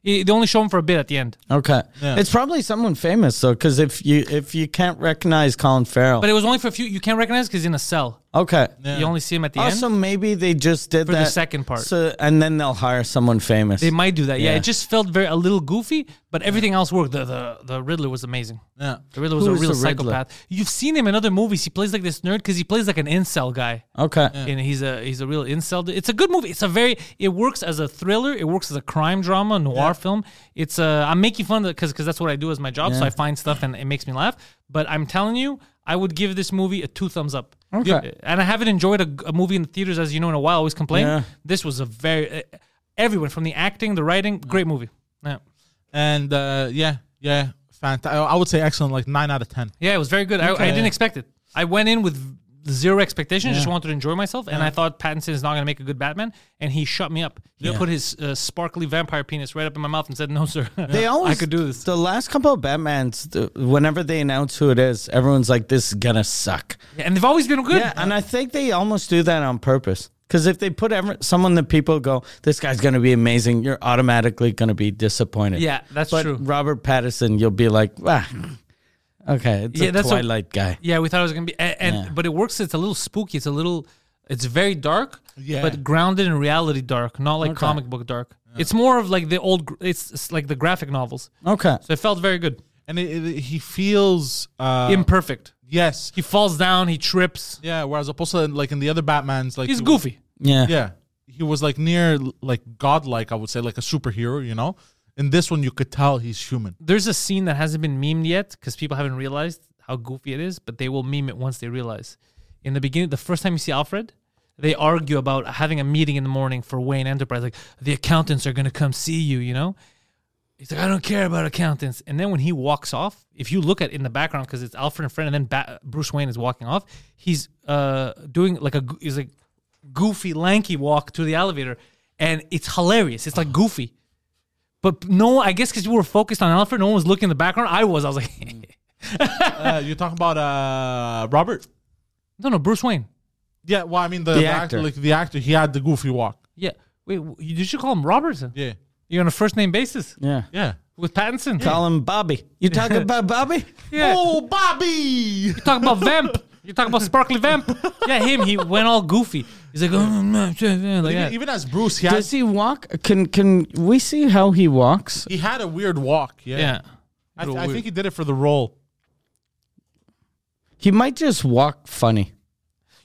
I- they only show him for a bit at the end. Okay, Yeah. it's probably someone famous though, because if you if you can't recognize Colin Farrell, But it was only for a few. You can't recognize because he's in a cell. okay. You only see him at the Also, end. maybe they just did For the that second part. so and then they'll hire someone famous. They might do that. Yeah. Yeah. It just felt very a little goofy, but everything else worked. The the the Riddler was amazing. Yeah. The Riddler was Who a is real the Riddler? psychopath. You've seen him in other movies. He plays like this nerd because he plays like an incel guy. okay, and he's a he's a real incel. It's a good movie. It's a very it works as a thriller. It works as a crime drama noir film. It's a I'm making fun of it because because that's what I do as my job. So I find stuff and it makes me laugh. But I'm telling you, I would give this movie a two thumbs up. Okay. And I haven't enjoyed a, a movie in the theaters as you know in a while. I always complain. Yeah. This was a very. eh, Everyone from the acting, the writing, great movie. Yeah. And uh, yeah, yeah, fantastic. I would say excellent, like nine out of ten. Yeah, it was very good. I, I didn't expect it. I went in with zero expectations, just Yeah. wanted to enjoy myself, and I thought Pattinson is not going to make a good Batman, and he shut me up. He put his uh, sparkly vampire penis right up in my mouth and said, "No, sir, They always I could do this." The last couple of Batman's, the, whenever they announce who it is, everyone's like, "This is gonna suck." Yeah, and they've always been good. Yeah, and I think they almost do that on purpose. Because if they put ever, someone that people go, "This guy's gonna be amazing," you're automatically gonna be disappointed. Yeah, that's but true. Robert Pattinson, you'll be like, "Ah, okay, it's Yeah, a that's a- Twilight guy." Yeah, we thought it was gonna be, and, and but it works. It's a little spooky. It's a little, it's very dark. Yeah. but grounded in reality dark, not like comic book dark. It's more of like the old. gr- It's, it's like the graphic novels. Okay, So it felt very good. And it, it, he feels uh, Imperfect. yes, He falls down. He trips. yeah. Whereas opposed to like in the other Batman's, like He's he was- goofy. yeah, yeah, he was like near like godlike. I would say like a superhero. You know, in this one you could tell he's human. There's a scene that hasn't been memed yet because people haven't realized how goofy it is, but they will meme it once they realize. In the beginning, the first time you see Alfred, they argue about having a meeting in the morning for Wayne Enterprise. Like, the accountants are going to come see you, you know? He's like, I don't care about accountants. And then when he walks off, if you look at in the background, because it's Alfred and Fred, and then ba- Bruce Wayne is walking off, he's uh, doing like a go- he's like goofy, lanky walk to the elevator, and it's hilarious. It's like goofy, but no, I guess because you were focused on Alfred, no one was looking in the background. I was. I was like, Mm. Uh, you're talking about uh, Robert. no, no, Bruce Wayne. Yeah, well, I mean the, The the actor. actor. like the actor, he had the goofy walk. Yeah, wait, w- you- did you call him Robertson? Yeah, You're on a first name basis yeah. yeah. with Pattinson. Call him Bobby. You talking about Bobby? Yeah. Oh, Bobby! You're talking about Vamp. You're talking about Sparkly Vamp. Yeah, him. He went all goofy. He's like, oh, man, yeah, yeah," like Even, that. even as Bruce, he had, Does he walk? Can can we see how he walks? he had a weird walk. Yeah, yeah. I, th- I think he did it for the role. He might just walk funny.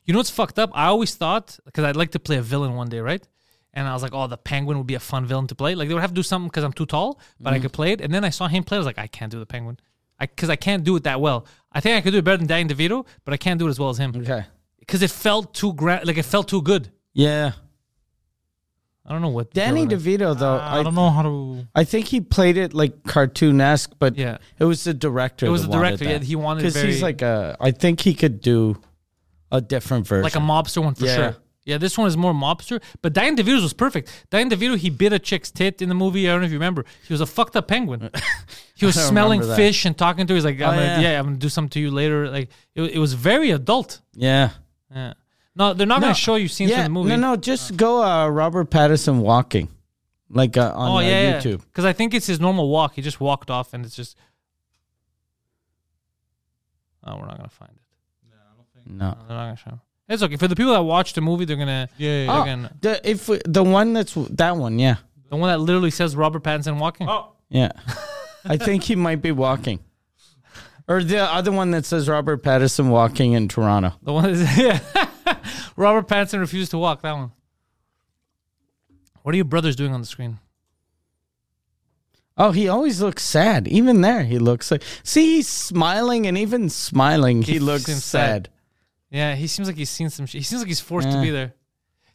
You know what's fucked up? I always thought because I'd like to play a villain one day, right? And I was like, oh, the penguin would be a fun villain to play. Like they would have to do something because I'm too tall, but I could play it. And then I saw him play. I was like, I can't do the penguin, I because I can't do it that well. I think I could do it better than Danny DeVito, but I can't do it as well as him Okay. because it felt too grand. Like it felt too good. Yeah. I don't know what Danny villain DeVito though, I, Uh, I, don't know how to. I think he played it like cartoonesque, but Yeah. it was the director. It was the director, yeah, he wanted because very- he's like a. I think he could do a different version. I- like a mobster one for Yeah. sure. Yeah, this one is more mobster, but Diane DeVito's was perfect. Diane DeVito, he bit a chick's tit in the movie. I don't know if you remember. He was a fucked up penguin. He was I don't smelling remember that. Oh, fish and talking to. Her. He's like, I'm gonna, yeah. yeah. I'm gonna do something to you later. Like, it, it was very adult. yeah. Yeah. No, they're not No. gonna show you scenes Yeah. from the movie. No, no, just go uh, Robert Pattinson walking, like uh, on Oh uh, yeah, YouTube. Because I think it's his normal walk. He just walked off, and it's just. Oh, we're not gonna find it. No. They're not gonna show. It's okay for the people that watch the movie. They're gonna. Yeah, Uh, They're Oh, gonna- the if we- the one that's that one, yeah, The one that literally says Robert Pattinson Oh, walking. Oh. yeah. I think he might be walking, or the other one that says Robert Pattinson walking in Toronto. The one that's yeah. Robert Pattinson refused to walk. That one. What are you brothers doing on the screen? Oh, he always looks sad. Even there, he looks like. See, he's smiling, and even smiling, he, He looks seems sad. Yeah, he seems like he's seen some. Sh- he seems like he's forced to Yeah. be there.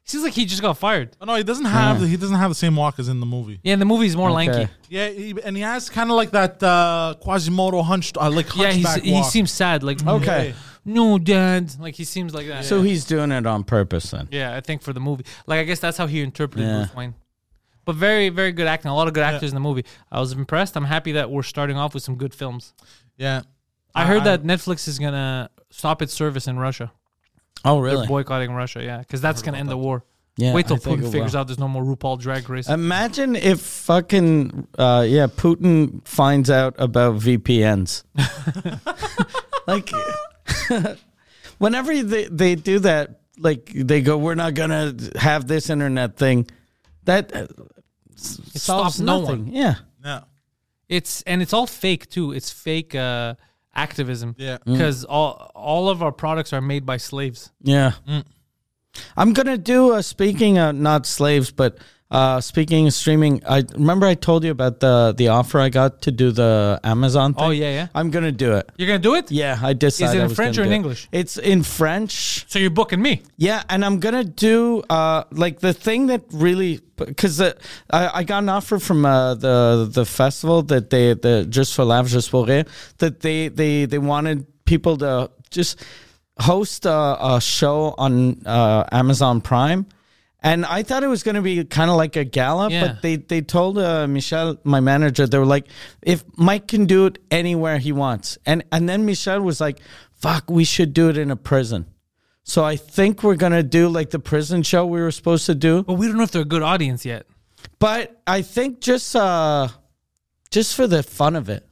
He seems like he just got fired. Oh, no, he doesn't have Yeah. the, he doesn't have the same walk as in the movie. Yeah, and the movie's more lanky. Okay. Yeah, he, and he has kind of like that uh, Quasimodo hunched, uh, like Yeah, he's, hunchback he walk. seems sad. Like "Mm, Okay. Yeah. no, dad. Like he seems like that. So he's doing it on purpose then. yeah, I think for the movie, like I guess that's how he interpreted Yeah. Bruce Wayne. But very, very good acting. A lot of good actors in the movie. I was impressed. I'm happy that we're starting off with some good films. yeah. I heard I- that Netflix is gonna stop its service in Russia. Oh, really? boycotting Russia, yeah, because that's gonna end the war. Yeah, Wait till I think Putin it figures will. out there's no more RuPaul Drag Race. Imagine if fucking uh, yeah, Putin finds out about VPNs. like, whenever they they do that, like they go, "We're not gonna have this internet thing." That uh, s- stops solves no nothing. one. Yeah. Yeah. it's and it's all fake too. It's fake uh, activism. Yeah. Mm. because all all of our products are made by slaves. Mm. Yeah. I'm going to do a speaking of not slaves, but Uh, speaking of streaming, I remember I told you about the the offer I got to do the Amazon thing. Oh, yeah, yeah. I'm gonna do it. You're gonna do it? Yeah, I decided. in I was French gonna or in do it. English? It's in French. So you're booking me. Yeah, and I'm gonna do uh, like the thing that really because I, I got an offer from uh, the the festival that they the just for love just for rire that they they they wanted people to just host a, a show on uh, Amazon Prime, and I thought it was gonna be kind of like a gala, Yeah. but they they told uh, Michel, my manager, they were like, if Mike can do it anywhere he wants, and and then Michel was like, fuck, we should do it in a prison. So I think we're gonna do like the prison show we were supposed to do. But we don't know if they're a good audience yet. But I think just uh just for the fun of it.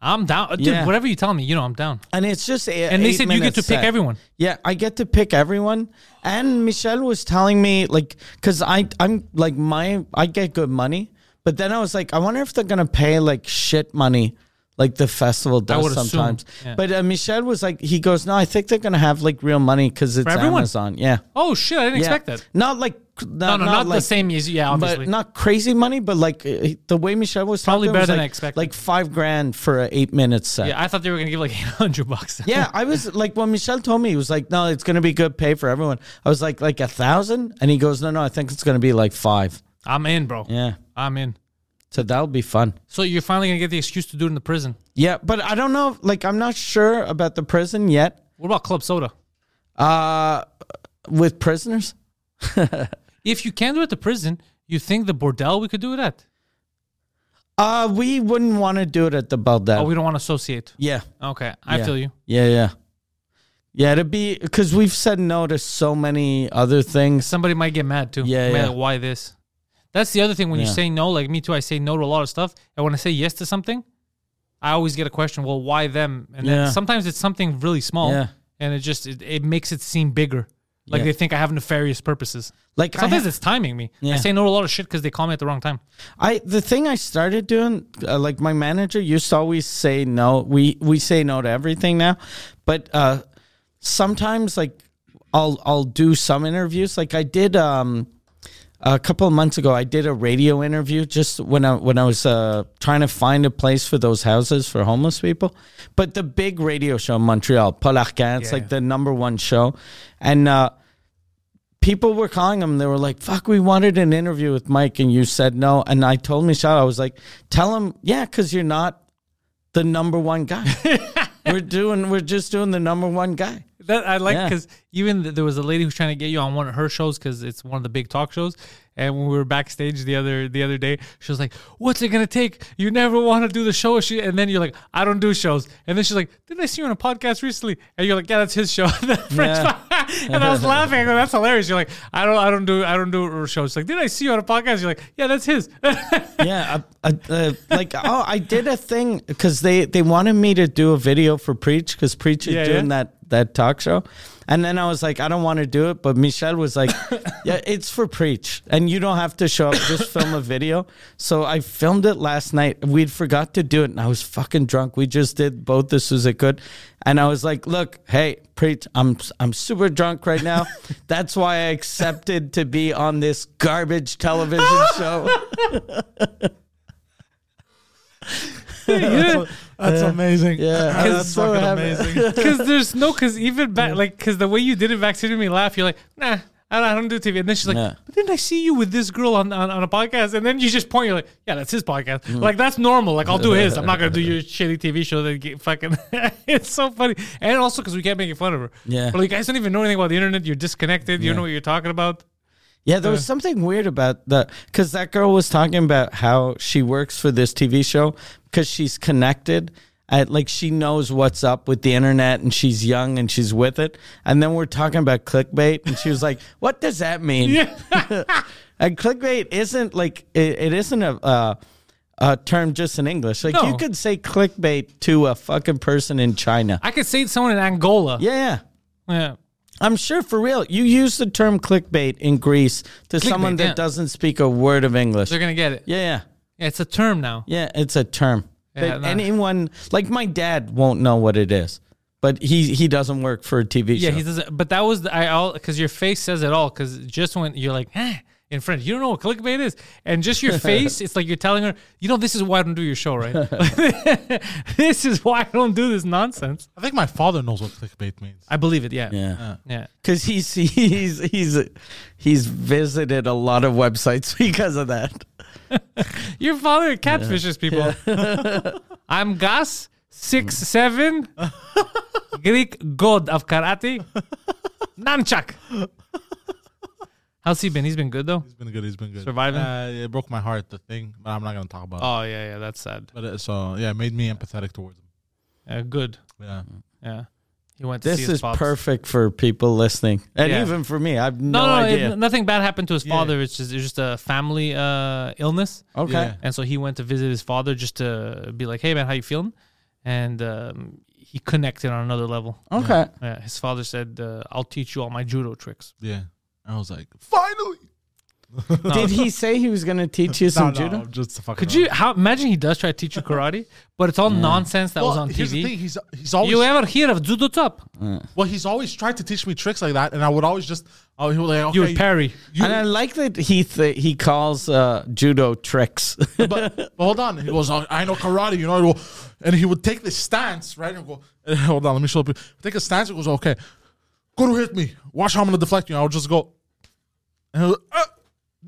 I'm down, dude. Yeah. Whatever you tell me, you know I'm down. And it's just a- And they eight said you get minute to pick set. everyone. Yeah, I get to pick everyone. And Michelle was telling me like cuz I I'm like my I get good money, but then I was like I wonder if they're going to pay like shit money like the festival would does assume, sometimes. yeah. But uh, Michelle was like he goes, "No, I think they're going to have like real money cuz it's everyone? Amazon." Yeah. Oh shit! I didn't yeah. expect that. Not like No, no, not, the like- same as yeah. Obviously, but not crazy money, but like uh, the way Michelle was Probably talking, it was better than I like, expected. Like five grand for an eight minute set. Yeah. yeah. I thought they were gonna give like 800 bucks. I was like when Michelle told me he was like, no, it's gonna be good pay for everyone. I was like, like a thousand, and he goes, no, no, I think it's gonna be like five. I'm in, bro. Yeah, I'm in. so that'll be fun. So you're finally gonna get the excuse to do it in the prison. Yeah, but I don't know. Like I'm not sure about the prison yet. What about club soda? Uh, with prisoners, If you can do it at the prison, you think the bordel we could do it at? uh, we wouldn't want to do it at the Baldad. Oh, we don't want to associate. yeah, Okay, I Yeah. feel you. Yeah, yeah. Yeah, it'd be because we've said no to so many other things. Somebody might get mad too. Yeah, Man, yeah. Why this? That's the other thing when you Yeah. say no. Like me too, I say no to a lot of stuff. And when I say yes to something, I always get a question. Well, why them? And Yeah. then sometimes it's something really small, Yeah. and it just it, it makes it seem bigger. Like Yeah. they think I have nefarious purposes. Like I, Sometimes ha- it's timing me. Yeah. I say no to a lot of shit because they call me at the wrong time. I the thing I started doing, uh, like my manager used to always say no. We we say no to everything now, but uh, sometimes like I'll I'll do some interviews. Like I did um a couple of months ago, I did a radio interview just when I when I was uh, trying to find a place for those houses for homeless people. But the big radio show in Montreal, Paul Arcand, it's Yeah. like the number one show, and. uh people were calling him. They were like, "Fuck, we wanted an interview with Mike, and you said no." And I told Michelle, I was like, "Tell him, yeah, because you're not the number one guy. we're doing, we're just doing the number one guy." That I like Yeah. because even th- there was a lady who's trying to get you on one of her shows because it's one of the big talk shows. And when we were backstage the other the other day, she was like, "What's it gonna take? You never want to do the show." She and then you're like, "I don't do shows." And then she's like, "Didn't I see you on a podcast recently?" And you're like, "Yeah, that's his show." and Yeah. I was laughing. I go, "That's hilarious." You're like, "I don't, I don't do, I don't do shows." She's like, "Did I see you on a podcast?" You're like, "Yeah, that's his." yeah, I, I, uh, like oh, I did a thing because they they wanted me to do a video for Preach because Preach is Yeah, doing yeah. that that talk show, and then I was like, I don't want to do it, but Michelle was like, Yeah, it's for Preach, and you don't have to show up, just film a video. So I filmed it last night. We'd forgot to do it, and I was fucking drunk. We just did both. This was it good, and I was like, Look, hey, Preach, I'm I'm super drunk right now. That's why I accepted to be on this garbage television show. Yeah. That's amazing. Yeah. I was that's so fucking happy. amazing. Because there's no, because even back, like, because the way you did it back to me laugh, you're like, nah, I don't, I don't do TV. And then she's like, Yeah. but didn't I see you with this girl on, on, on a podcast? And then you just point, you're like, yeah, that's his podcast. Mm. Like, that's normal. Like, I'll do his. I'm not going to do your shitty TV show that get fucking. it's so funny. And also because we kept making fun of her. Yeah. But like, you guys don't even know anything about the internet. You're disconnected. You don't know what you're talking about. Yeah, there Uh. was something weird about that because that girl was talking about how she works for this TV show because she's connected. At, like she knows what's up with the internet and she's young and she's with it. And then we're talking about clickbait and she was like, "What does that mean?" Yeah. And clickbait isn't like it, it isn't a, uh, a term just in English. Like No. you could say clickbait to a fucking person in China. I could say to someone in Angola. Yeah, yeah. Yeah. I'm sure for real. You use the term clickbait in Greece to someone that yeah. doesn't speak a word of English. They're going to get it. Yeah, yeah. Yeah, it's a term now. Yeah, it's a term. Yeah, that no. Anyone like my dad won't know what it is, but he he doesn't work for a TV Yeah, show. he doesn't. But that was the, I all because your face says it all. Because just when you're like, eh, in French. You don't know what clickbait is, and just your face. it's like you're telling her, you know, this is why I don't do your show, right? this is why I don't do this nonsense. I think my father knows what clickbait means. I believe it. Yeah. Yeah. Yeah. Because he's he's he's he's visited a lot of websites because of that. Your father catfishes people. I'm Gas, six seven, Greek god of karate, nunchuck. How's he been? He's been good though. He's been good. He's been good. Surviving? Uh, it broke my heart. The thing, but I'm not gonna talk about it. Oh yeah, yeah. That's sad. But uh, so yeah, it made me empathetic towards him. Uh, good. Yeah. Yeah. He went to see This his is pops. perfect for people listening, and Yeah. even for me. I've No, no, no, idea. it, nothing bad happened to his Yeah. father. It's just it's just a family uh, illness, okay. Yeah. and so he went to visit his father just to be like, "Hey, man, how you feeling?" And um, he connected on another level. Okay. Yeah, his father said, uh, "I'll teach you all my judo tricks." Yeah. I was like, finally. Did he say he was going to teach you some judo? I'm just fucking Could you how, imagine he does try to teach you karate, but it's all nonsense that Well, was on here's the thing. TV. He's he's always You ever hear of judo top? well. He's always tried to teach me tricks like that, and I would always just. I would like, okay, You would parry. and I like that he th- he calls uh, judo tricks. but, but hold on. He goes, I I know karate, you know. and he will- And he would take the stance, right? And go, hold on, let me show you. Take a stance. He goes, okay, go to hit me. Watch how I'm going to deflect you. I'll just go. And he'll, uh,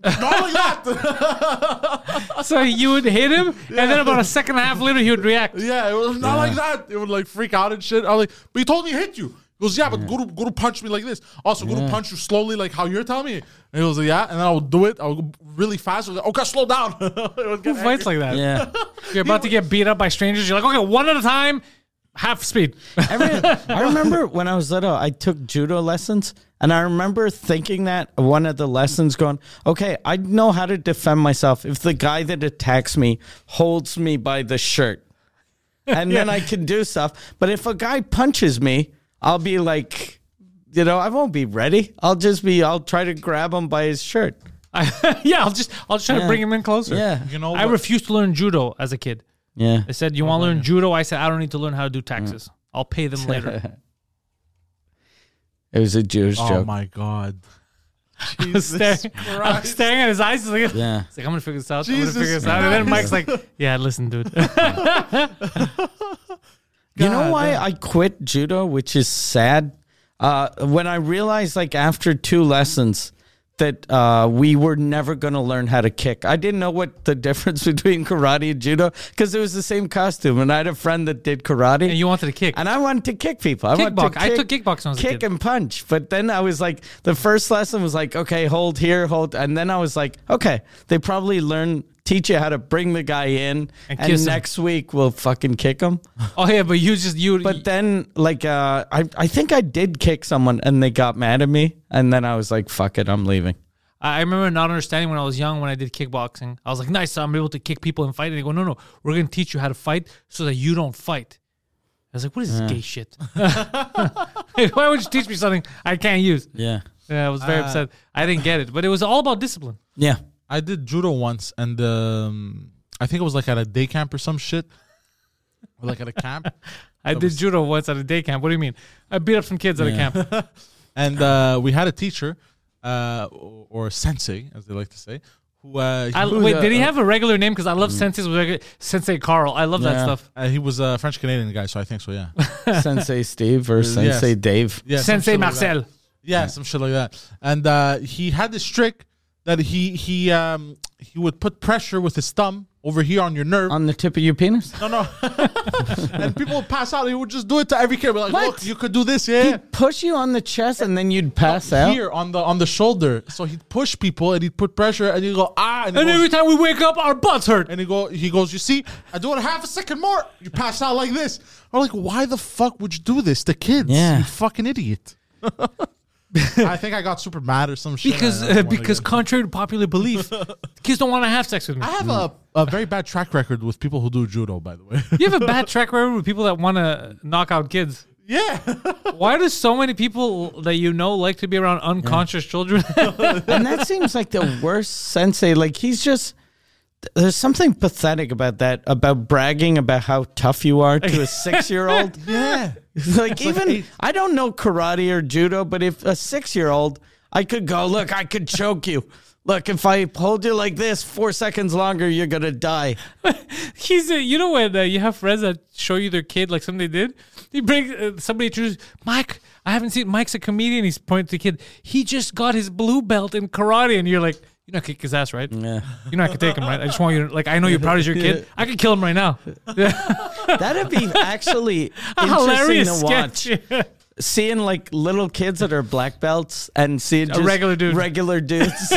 not like that. so you would hit him, and then about a second and a half later, he would react. yeah, it was not like that. It would like freak out and shit. I was like, but he told me to hit you. He goes, yeah, but go to go to punch me like this. Also, go to punch you slowly, like how you're telling me. And he goes, yeah, and then I would do it. I would go really fast. I was like, okay, slow down. It would Who get fights like that? yeah. You're about to get beat up by strangers. You're like, okay, one at a time, half speed. Every- I remember when I was little, I took judo lessons, and I remember thinking that one of the lessons going, okay, I know how to defend myself if the guy that attacks me holds me by the shirt, and then I can do stuff. But if a guy punches me, I'll be like, you know, I won't be ready. I'll just be, I'll try to grab him by his shirt. I, yeah, I'll just I'll try to Yeah. bring him in closer. Yeah. You know I what? refused to learn judo as a kid. Yeah. They said, "You want to learn judo?" I said, "I don't need to learn how to do taxes. I'll pay them later." It was a Jewish Oh joke. my god. I was staring, I was staring at his eyes. He's like, Yeah. It's like, I'm gonna figure this out. I'm Jesus gonna figure this out. And then Mike's like, Yeah, listen, dude. you know God, why I quit judo, which is sad? Uh, when I realized, like, after two lessons, that uh, we were never going to learn how to kick. I didn't know what the difference between karate and judo because it was the same costume. And I had a friend that did karate. and you wanted to kick. And I wanted to kick people. I wanted Kickbox. to I kick, took kickboxing when I was a kick kid. and punch. But then I was like, the first lesson was like, okay, hold here, hold. And then I was like, okay, they probably learn teach you how to bring the guy in, And and, kiss him. next week we'll fucking kick him. oh yeah, but you just you. But then, like, uh, I I think I did kick someone, and they got mad at me, and then I was like, fuck it, I'm leaving. I I remember not understanding when I was young when I did kickboxing. I was like, nice, I'm able to kick people and fight. And they go, no, no, we're going to teach you how to fight so that you don't fight. I was like, what is this gay shit? Why would you teach me something I can't use? Yeah, Yeah, I was Ah. very upset. I didn't get it, but it was all about discipline. yeah. I did judo once, and um, I think it was like at a day camp or some shit, or like at a camp. I did judo once at a day camp. What do you mean? I beat up some kids at a camp. And uh, we had a teacher, uh, or or sensei, as they like to say, who Mm. uh, he, I, was, wait, uh, did he have a regular name? Because I love senseis with regular, Sensei Carl. I love that Yeah. stuff. uh, he was a French Canadian guy, so I think so. Yeah, Sensei Steve or Sensei Dave. yeah. some Sensei shit like that. Marcel. yeah, some shit like that. And uh, he had this trick that he he um, he would put pressure with his thumb over here on your nerve. On the tip of your penis. no, no, and people would pass out. He would just do it to every kid. Be like, What? look, you could do this, yeah. He'd push you on the chest, and then you'd pass out. here on the on the shoulder. So he'd push people and he'd put pressure and he'd go ah and, he And goes, every time we wake up, our butts hurt. and he go he goes you see I do it half a second more you pass out like this. I'm like why the fuck would you do this to kids? Yeah. You fucking idiot. I think I got super mad or some shit. because I don't uh, wanna because get- contrary to popular belief, kids don't want to have sex with me. I have a, a very bad track record with people who do judo. By the way, You have a bad track record with people that want to knock out kids. yeah, Why do so many people that you know like to be around unconscious children? and that seems like the worst sensei. Like he's just there's something pathetic about that, about bragging about how tough you are to a six year old. yeah. like even eight. I don't know karate or judo, but if a six year old I could go, look, I could choke you. Look, if I hold you like this four seconds longer, you're gonna die. He's a, you know when uh, you have friends that show you their kid like something they did. He brings uh, somebody chooses Mike. I haven't seen Mike's a comedian. He's pointing to the kid. He just got his blue belt in karate, and you're like, you're not kick his ass, right? Yeah. You know I could take him, right? I just want you to like. I know you're proud as your kid. I could kill him right now. That'd be actually A interesting hilarious to watch. sketch. Seeing like little kids that are black belts and seeing just regular dude. regular dudes.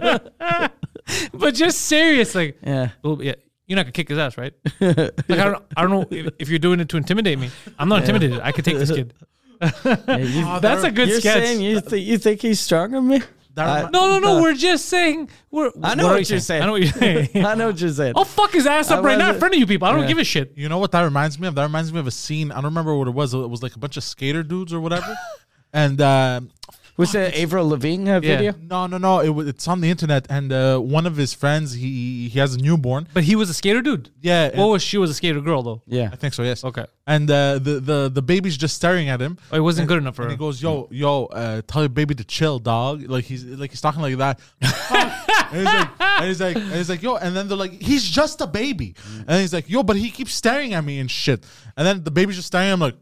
but just serious, like, yeah. well, yeah, you're not gonna kick his ass, right? Like, I don't, I don't know if, if you're doing it to intimidate me. I'm not intimidated. I could take this kid. That's a good You're sketch. saying you, th- you think he's stronger than me? That remi- no, no, no. We're just saying. We're. I know are what you you're I know what you're saying. I know what you're saying. I'll fuck his ass up right I now in wasn't- front of you people. I don't Yeah. give a shit. You know what that reminds me of? That reminds me of a scene. I don't remember what it was. It was like a bunch of skater dudes or whatever. and uh, Was it Avril Lavigne uh, video? no, no, no. It, wa- it's on the internet. And uh, one of his friends, he he has a newborn. But he was a skater dude. Yeah. and- Well, was she was a skater girl though. Yeah. I think so. Yes. Okay. And uh, the the the baby's just staring at him. Oh, it wasn't And- good enough for And he her. goes, "Yo, yo, uh, tell your baby to chill, dog." Like he's like he's talking like that. and, he's like, and he's like, and he's like, yo. And then they're like, he's just a baby. Mm. And he's like, yo, but he keeps staring at me and shit. And then the baby's just staring. at him like.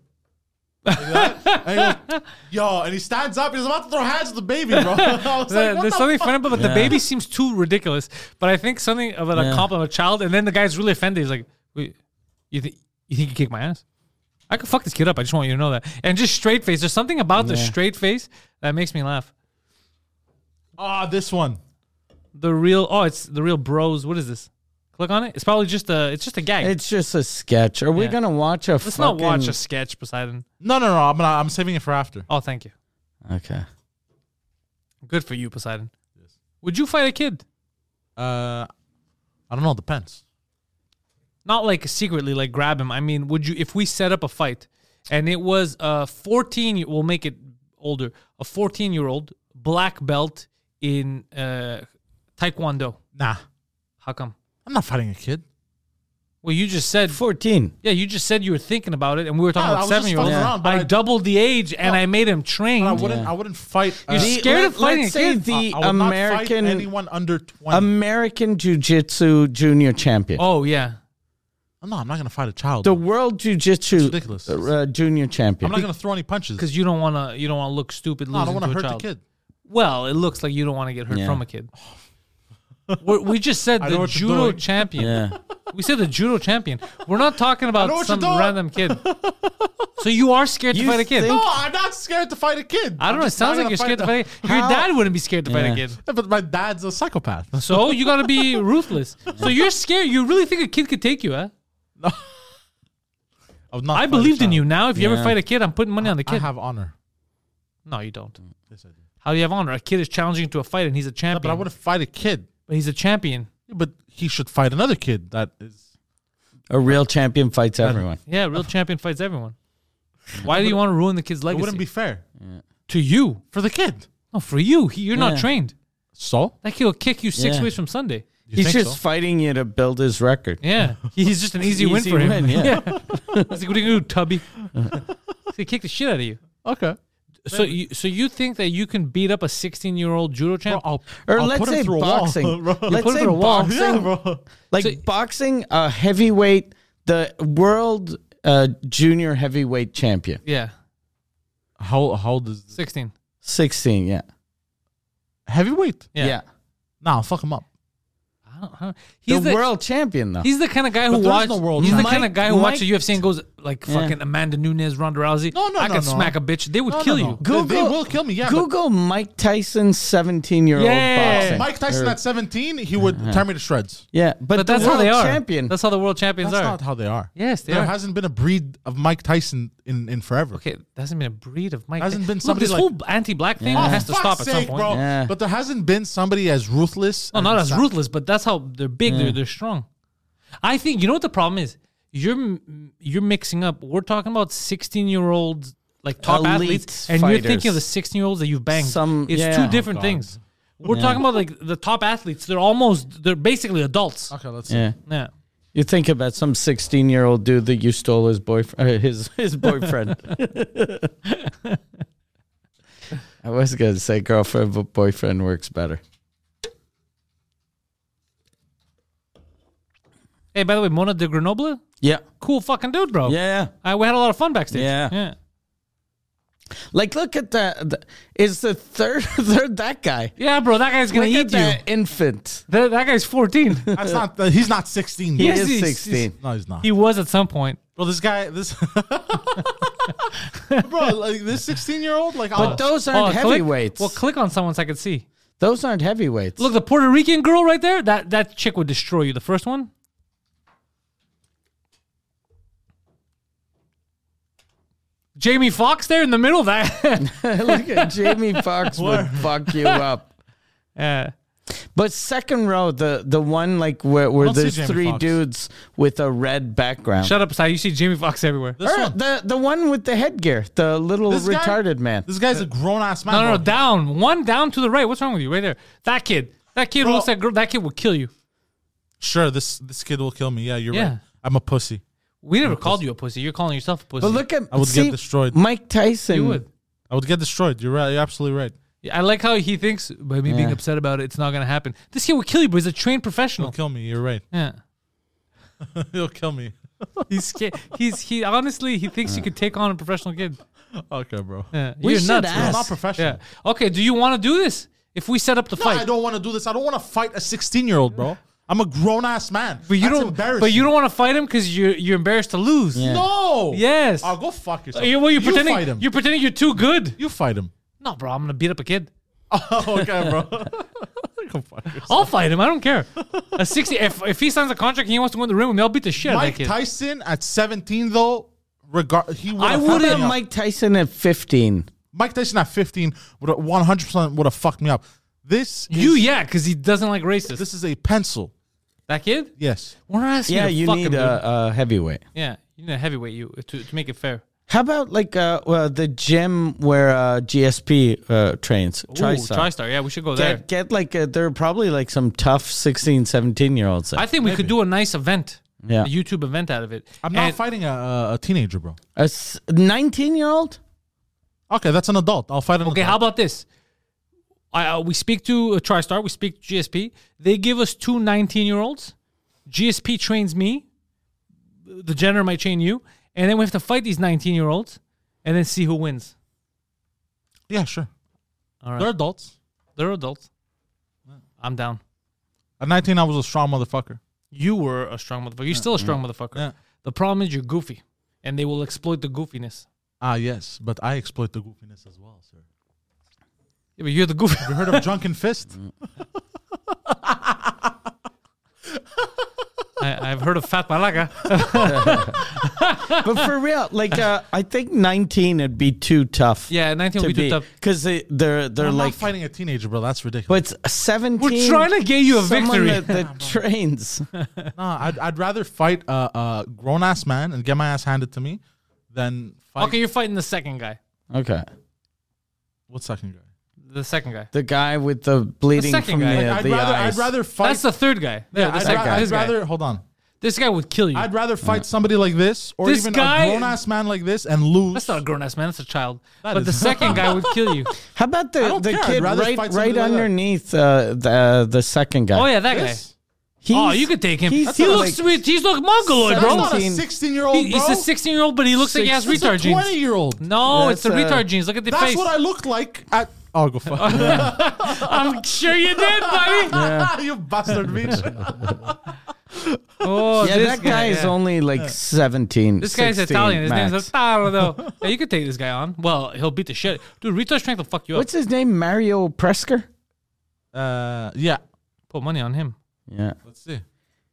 like that. And he goes, yo, and he stands up. He's about to throw hands at the baby, bro. I was Uh, like, what there's the something fuck? funny about but the Yeah. baby seems too ridiculous. But I think something of an Yeah. a compliment of a child, and then the guy's really offended. He's like, Wait, "You think you think you kick my ass? I could fuck this kid up. I just want you to know that." And just straight face. There's something about the Yeah. straight face that makes me laugh. Ah, this one. The real oh, it's the real bros. What is this? Click on it. It's probably just a it's just a gag. It's just a sketch. Are we Yeah. gonna watch a? Let's not watch fucking- a sketch, Poseidon. No, no, no. I'm not, I'm saving it for after. Oh, thank you. Okay. Good for you, Poseidon. Would you fight a kid? Uh, I don't know. Depends. not like secretly like grab him. I mean, would you if we set up a fight and it was a 14 year we'll make it older, a 14 year old black belt in uh taekwondo. Nah, How come? I'm not fighting a kid. Well, you just said Fourteen. yeah, you just said you were thinking about it and we were talking Yeah, I about was just 7 year olds. fucking around, but I I- doubled the age and I made him train. I wouldn't. I wouldn't fight. uh, Mm, see, scared of fighting Let's a say kid? the I would not fight American anyone under twenty. American Jiu Jitsu Junior Champion. oh yeah. no, I'm not gonna fight a child. The World Jiu Jitsu ridiculous. uh, Junior I'm Champion. not gonna throw any punches. Cuz you don't want to you don't want to look stupid no, I don't losing to want to a hurt child. the kid. Well, it looks like you don't want to get hurt Yeah. from a kid. We're, we just said I know the what you're judo doing. champion. yeah. We said the judo champion. We're not talking know about what some you're doing. random kid. So you are scared to You fight a kid. No, think- I'm not scared to fight a kid. I don't know. It sounds like you're scared to fight. a Your How- dad wouldn't be scared to fight a Yeah. kid. but my dad's a psychopath. So you got to be ruthless. So you're scared. You really think a kid could take you, huh? I, would not I fight a believed in child. you. Now, if you ever Yeah. fight a kid, I'm putting money on the I kid. have honor. No, you don't. Yes, I do. How do you have honor? A kid is challenging you to a fight, and he's a champion. But I wouldn't fight a kid. But he's a champion. But he should fight another kid. That is. A real champion fights everyone. Yeah, real champion fights everyone. Why do you want to ruin the kid's It legacy? wouldn't be fair to you. for the kid. No, for you. He, you're not Yeah. trained. So That kid will kick you six Yeah. ways from Sunday. you He's think just so? fighting you to build his record. Yeah, he's just an easy, win Easy for him. win, yeah. He's like, "What are you gonna do, Tubby?" He's gonna kick the shit out of you. okay. So, you, so you think that you can beat up a 16-year-old judo Bro, champ? I'll, Or I'll let's put him say through a wall, boxing. bro. let's put him say through a wall. boxing. Yeah, bro. Like So- boxing, a heavyweight, the world uh, junior heavyweight champion, yeah, How how old is this? sixteen. sixteen. Yeah, heavyweight? Yeah, yeah. Nah, fuck him up. I don't, I don't- he's the, the, world champion though. he's the kind of guy who there is watched. no world he's the champ. kind of guy who Mike- watches UFC and goes like Yeah. fucking Amanda Nunes, Ronda Rousey. No, no, I no, could no. smack a bitch. They would No, kill no, you. no. They- They, Google- will kill me. Yeah, but Google Mike Tyson, seventeen-year-old Yeah. boxing. Mike Tyson Or- at 17, he would Uh-huh. tear me to shreds. yeah, but, But that's the how world they are. Champion. That's how the world champions That's are. not how they are. yes, they there are. hasn't been a breed of Mike Tyson in, in forever. okay, there hasn't been a breed of Mike. Hasn't Tyson. been Look, somebody this like- whole anti-black thing Oh, has to fuck's stop at some sake, point. bro. Yeah. But there hasn't been somebody as ruthless. No, and not as sa- ruthless, but that's how they're big. They're they're strong. I think you know what the problem is. You're m- you're mixing up. We're talking about sixteen year olds like top Elite athletes, and you're thinking of the fighters. sixteen year olds that you've banged. Some- it's yeah. two Oh, different God. things. We're talking about like the top athletes. They're almost they're basically adults. Ah. Okay, let's Yeah, Yeah. you think about some sixteen-year-old dude that you stole his boyfriend, uh, his his boyfriend. I was gonna say girlfriend, but boyfriend works better. Hey, by the way, Mona de Grenoble, Yeah. cool fucking dude, bro. Yeah. Uh, we had a lot of fun backstage. Yeah. yeah. Like, look at that. th- Is the third, third that guy? Yeah, bro, that guy's gonna look eat you. at that infant. That, that guy's 14. That's not. uh, He's not He 16. bro. Yes, is he's- sixteen. No, he's not. he was at some point. Bro, this guy, this bro, like this sixteen-year-old, like oh, I'll- But those aren't Oh, click- heavyweights. well, click on someone so I can see. those aren't heavyweights. Look, the Puerto Rican girl right there. That that chick would destroy you. The first one. Jamie Foxx there in the middle. That. look at Jamie Foxx would fuck you up. yeah. But second row, the the one like where, where don't see there's Jamie three Foxx. dudes with a red background. Shut up, Sai. You see Jamie Foxx everywhere. this Or one. the the one with the headgear, the little This guy- retarded man. This guy's a grown-ass man. No, no, no. bro. Down one, down to the right. What's wrong with you? Right there. That kid. That kid Bro. looks that girl. That kid will kill you. sure, this this kid will kill me. Yeah, you're Yeah. right. I'm a pussy. We never called you a pussy. You're calling yourself a pussy. But look at I would get see, destroyed. Mike Tyson. you would. I would get destroyed. You're right. You're absolutely right. Yeah, I like how he thinks by me being Yeah. upset about it, it's not gonna happen. This kid will kill you, but he's a trained He'll professional. kill me. You're right. Yeah. He'll kill me. He's scared. He's he honestly he thinks you could take on a professional kid. Okay, bro. Yeah. We You're should nuts. ask. Bro. I'm not professional. Yeah. Okay, do you want to do this? If we set up the No, fight. I don't want to do this. I don't want to fight a sixteen-year-old, bro. I'm a grown-ass man. But you That's don't Embarrassing. but you don't want to fight him cuz you are you're embarrassed to lose. Yeah. No. Yes. Uh, I'll go fuck yourself. You, well, you're pretending fight him. you're pretending you're too good. You fight him. No, bro, I'm going to beat up a kid. Oh, okay, bro. go fuck yourself. I'll fight him. I don't care. A 60 if, if he signs a contract and he wants to win the ring with me, I'll beat the shit out of Mike that kid. Tyson at 17, though, regard he would. I would have Mike Tyson at fifteen. Mike Tyson at 15 would 100 percent would have fucked me up. This you is, yeah, cuz he doesn't like racists. This is a pencil. that kid? Yes. We're not asking Yeah, you to you fuck him, need uh, dude. a, a heavyweight. Yeah, you need a heavyweight you to, to make it fair. How about like uh, well, the gym where uh, GSP uh, trains? Ooh, TriStar. TriStar. Yeah, we should go there. Get, get like a, they're probably like some tough 16, 17 year olds. I think we could do a nice event. Yeah. A YouTube event out of it. I'm not And- fighting a, a, a teenager, bro. A s- 19 year old? Okay, that's an adult. I'll fight an Okay, how adult. about this? I, uh, we speak to uh, TriStar, we speak to GSP. They give us two 19 year olds. GSP trains me. The gender might train you. And then we have to fight these 19 year olds and then see who wins. yeah, sure. All right. They're adults. They're adults. I'm down. At 19, I was a strong motherfucker. You were a strong motherfucker. You're still a strong motherfucker. Yeah. The problem is you're goofy and they will exploit the goofiness. Ah, yes, but I exploit the goofiness as well, sir. Yeah, but you're the goofy. You heard of Drunken Fist? Mm-hmm. I, I've heard of Fat Malaga. But for real, like uh, I think 19 would be too tough. Yeah, oh 19 would be too tough. Because they, they're, they're I'm like. not fighting a teenager, bro. That's ridiculous. But 17. We're trying to get you a someone victory. That, that trains. nah, I'd, I'd rather fight a, a grown ass man and get my ass handed to me than fight. okay, you're fighting the second guy. Okay. What second guy? The second guy. The guy with the bleeding second from guy. the, Like, I'd the rather eyes. I'd rather fight. That's the third guy. Yeah, the I'd, ra- second guy. I'd This guy. rather hold on. This guy would kill you. I'd rather fight somebody like this or This even guy- a grown ass man like this and lose. that's not a grown ass man. That's a child. That but the is- second guy would kill you. How about the, don't the care. I'd kid rather right, fight somebody right like that. underneath uh, the, the second guy? Oh yeah, that This? He's- guy. Oh, you could take him. He he's looks not like- sweet. He's like mongoloid, That's bro. not a 17. 16 year old, bro. He- he's a sixteen-year-old, but he looks like he has That's a retard genes. 20 year old. No, it's the That's, uh, retard genes. Look at the That's face. what I look like at. Oh, go fuck. Yeah. I'm sure you did, buddy. you bastard bitch. Oh, Yeah, this that guy is yeah. only like 17. This guy's 16 Italian. His max. name's Ottavo. yeah, you could take this guy on. Well, he'll beat the shit. Dude, retard strength will fuck you up. What's his name? Mario Presker? Uh, yeah. Put money on him. Yeah. Let's see.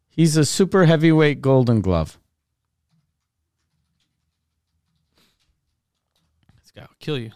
He's a super heavyweight golden glove. This guy will kill you.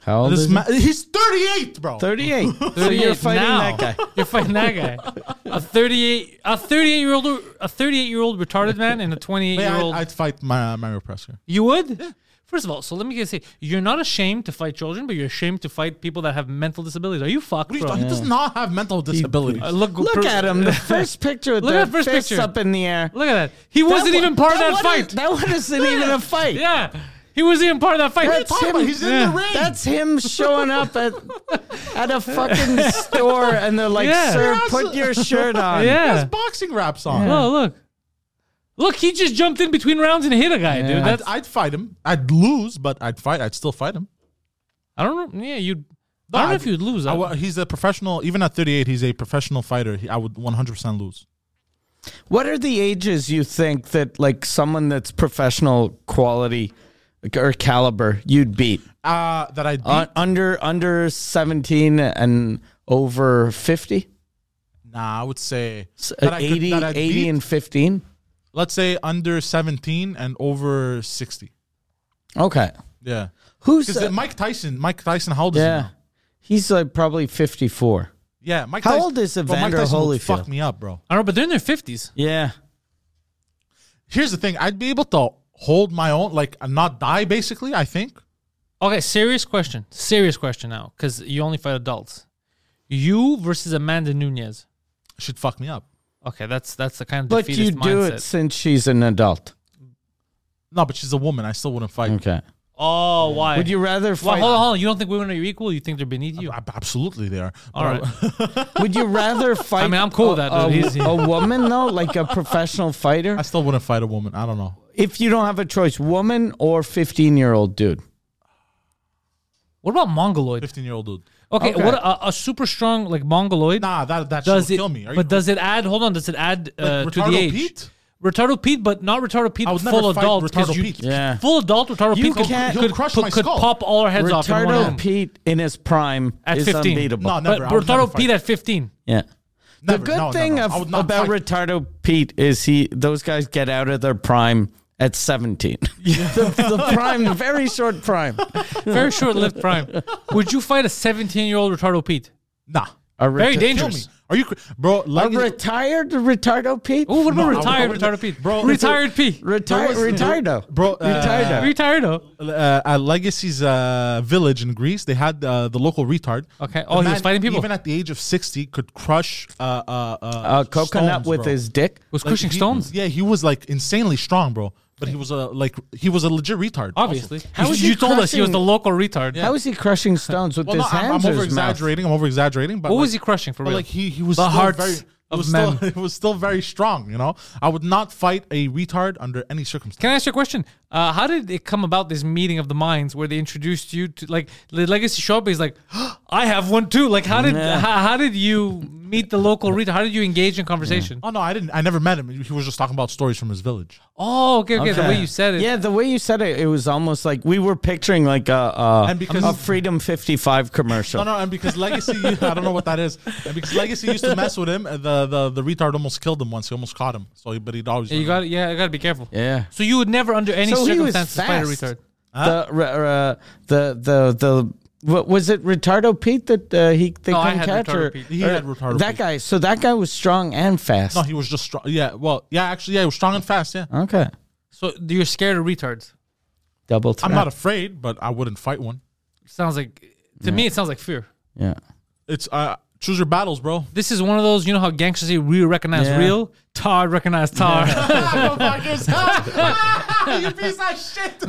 How old This is he? ma- he's 38, bro. 38. so you're 38 fighting now. that guy. You're fighting that guy. A 38 a 38 year old a 38 year old retarded man and a 28 Yeah, year I'd, old. I'd fight my, Mario Presker. You would? First of all, so let me just say, you're not ashamed to fight children, but you're ashamed to fight people that have mental disabilities. Are you fucked, What are you bro? talking- He does not have mental disabilities. Uh, look, Look per- at him. The first picture with Look the at the first fists picture. up in the air. Look at that. He wasn't That even wa- part of that wasn't- fight. That wasn't even a fight. yeah. He was even part of that fight. That's talking him. about? He's in the yeah. ring. That's him showing up at at a fucking store, and they're like, Yeah. "Sir, Yeah, put so- your shirt on." Yeah. That's boxing raps on. Oh, look. Look, he just jumped in between rounds and hit a guy, dude. I'd, That's I'd fight him. I'd lose, but I'd fight. I'd still fight him. I don't know. Yeah, you'd I don't know I'd- if you'd lose. I I- wa- he's a professional. Even at 38, he's a professional fighter. He, I would 100% lose. What are the ages you think that like someone that's professional quality or caliber you'd beat? Uh, that I'd beat? Uh, under under seventeen and over fifty. nah, I would say S- that I could- 80, that I'd 80 beat, and 15 let's say under 17 and over 60. okay Yeah. who's Because uh, Mike Tyson, Mike Tyson, how old is he yeah now? he's like probably 54 Yeah, Mike How Tyson. old is Bro, Mike Evander Tyson would Holyfield? Fuck me up, bro. I don't know, but they're in their fifties. yeah Here's the thing. I'd be able to hold my own, like and not die, basically, I think. Okay, serious question. Serious question now, because you only fight adults. You versus Amanda Nunez. Should fuck me up. Okay, that's that's the kind of but you defeatist do mindset. it since she's an adult No, but she's a woman. I still wouldn't fight. okay Oh, why? would you rather Well, fight hold on, hold on. You don't think women are your equal? You think they're beneath you? Ab- Absolutely, they are. All right. would you rather fight mean, I'm cool with that, a, dude. He's- a, a woman though like a professional fighter I still wouldn't fight a woman. I don't know. if you don't have a choice woman or 15 year old dude What about Mongoloid? 15 year old dude. Okay, Okay. what a, a super strong like Mongoloid. Nah, that, that does should it? kill me. Are but you, does it add? Hold on, does it add uh, Like to the Retardo age? Pete? Retardo Pete, but not retardo Pete. I would never full fight adult. 'cause Retardo you- Pete. Yeah. Full adult retardo You Pete could, can't- could, He'll crush could- my could skull. pop all our heads off. In one retardo round. pete in his prime At is 15. unbeatable No, But never. I would never retardo fight Pete that. at fifteen. yeah Never. The good No, no, thing no. of- I would not about fight. retardo Pete is he those guys get out of their prime at 17. the, the prime, very short prime. Very short-lived prime. Would you fight a seventeen-year-old retardo Pete? Nah. Very A reti- Kill me. dangerous. Are you, cr- bro? A Like, retired retardo Pete? Oh, what about No, I would- I retired would- retardo Pete? Bro, retired Pete. Retired, retardo. Bro, uh, retardo. Retardo. uh, at Legacy's uh, village in Greece, they had uh, the local retard. Okay. The Oh, he was fighting people? Even at the age of sixty, could crush uh, uh, uh, a coconut stones, with bro. his dick. Was Like, crushing he- stones. Yeah, he was like insanely strong, bro. But he was a like he was a legit retard. Obviously. How You- is you he told us he was crushing- the local retard. How is he crushing stones with Well, his no, I'm, hands I'm or over his mouth? exaggerating. I'm over exaggerating. But What like, was he crushing for But real? like he he was The still hearts very, it of was still- men. it was still very strong. You know, I would not fight a retard under any circumstance. Can I ask you a question? Uh, how did it come about this meeting of the minds where they introduced you to like the legacy shop is like, I have one too. Like how did Yeah. how, how did you meet the local retard? How did you engage in conversation? Oh no, I didn't. I never met him. He was just talking about stories from his village. Oh, okay, okay, The way you said it. Yeah, the way you said it, it was almost like we were picturing like a, a, And because- a Freedom 55 commercial. No, no, and because Legacy, I don't know what that is. And because Legacy used to mess with him, and the, the the retard almost killed him once. He almost caught him. So, he- but he'd always. Yeah, you got yeah, I gotta be careful. Yeah. So you would never under any So he was circumstances fight a fast. retard. The re- uh, the the the what was it retardo Pete that uh, he they No, I couldn't had catch Retardo or, Pete. He or- had Retardo that Pete. guy so that guy was strong and fast No, he was just strong. Yeah, well, yeah, actually, yeah, he was strong and fast. Yeah, okay So you're scared of retards. double threat I'm not afraid, but I wouldn't fight one. Sounds like to me it sounds like fear. yeah It's uh, choose your battles, bro. This is one of those, you know how gangsters say real recognize Yeah. real, tar recognize tar. Oh, you piece of shit.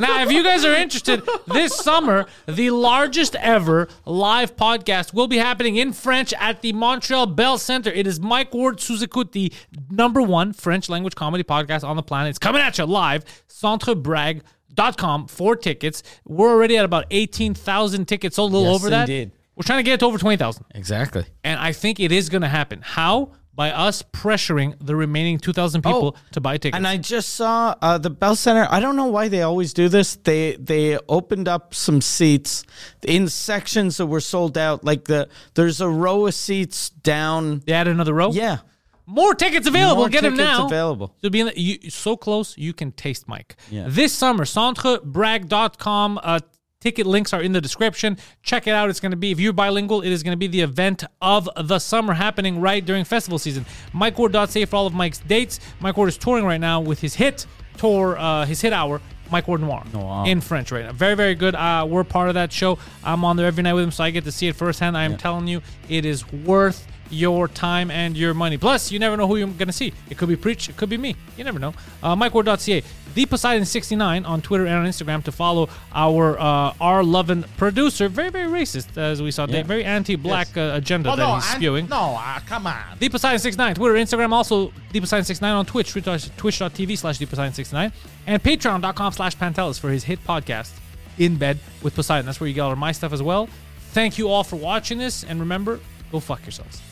Now, if you guys are interested, this summer, the largest ever live podcast will be happening in French at the Montreal Bell Center. It is Mike Ward Suzukut, the number one French language comedy podcast on the planet. It's coming at you live, centrebrag.com for tickets. We're already at about 18,000 tickets, so a little Yes, over that. indeed. We're trying to get it to over 20,000. exactly And I think it is going to happen. How? By us pressuring the remaining 2,000 people Oh, to buy tickets. and I just saw uh, the Bell Center I don't know why they always do this they they opened up some seats in sections that were sold out like the there's a row of seats down they add another row? yeah More tickets available. More Get them tickets now. available. So be in the, you, so close, you can taste Mike. Yeah. This summer, centrebrag.com. Uh, ticket links are in the description. Check it out. It's going to be, if you're bilingual, it is going to be the event of the summer happening right during festival season. MikeWard.ca for all of Mike's dates. Mike Ward is touring right now with his hit tour, uh, his hit hour. Mike Ward Noir in French right now. Very, very good. Uh, we're part of that show. I'm on there every night with him, so I get to see it firsthand. I am telling you, it is worth your time and your money. Plus, you never know who you're going to see. It could be Preach, it could be me. You never know. Uh, MikeWard.ca, the Poseidon69 on Twitter and on Instagram to follow our uh, our loving producer. Very, very racist, as we saw today. Yeah. Very anti black uh, agenda that he's and- spewing. no, uh, come on. Deep Poseidon 69 Twitter, Instagram, also Deep Poseidon 69 on Twitch, twitch- twitch.tv slash Deep Poseidon 69, and patreon.com slash Pantelis for his hit podcast, In Bed with Poseidon. That's where you get all of my stuff as well. Thank you all for watching this, and remember, go fuck yourselves.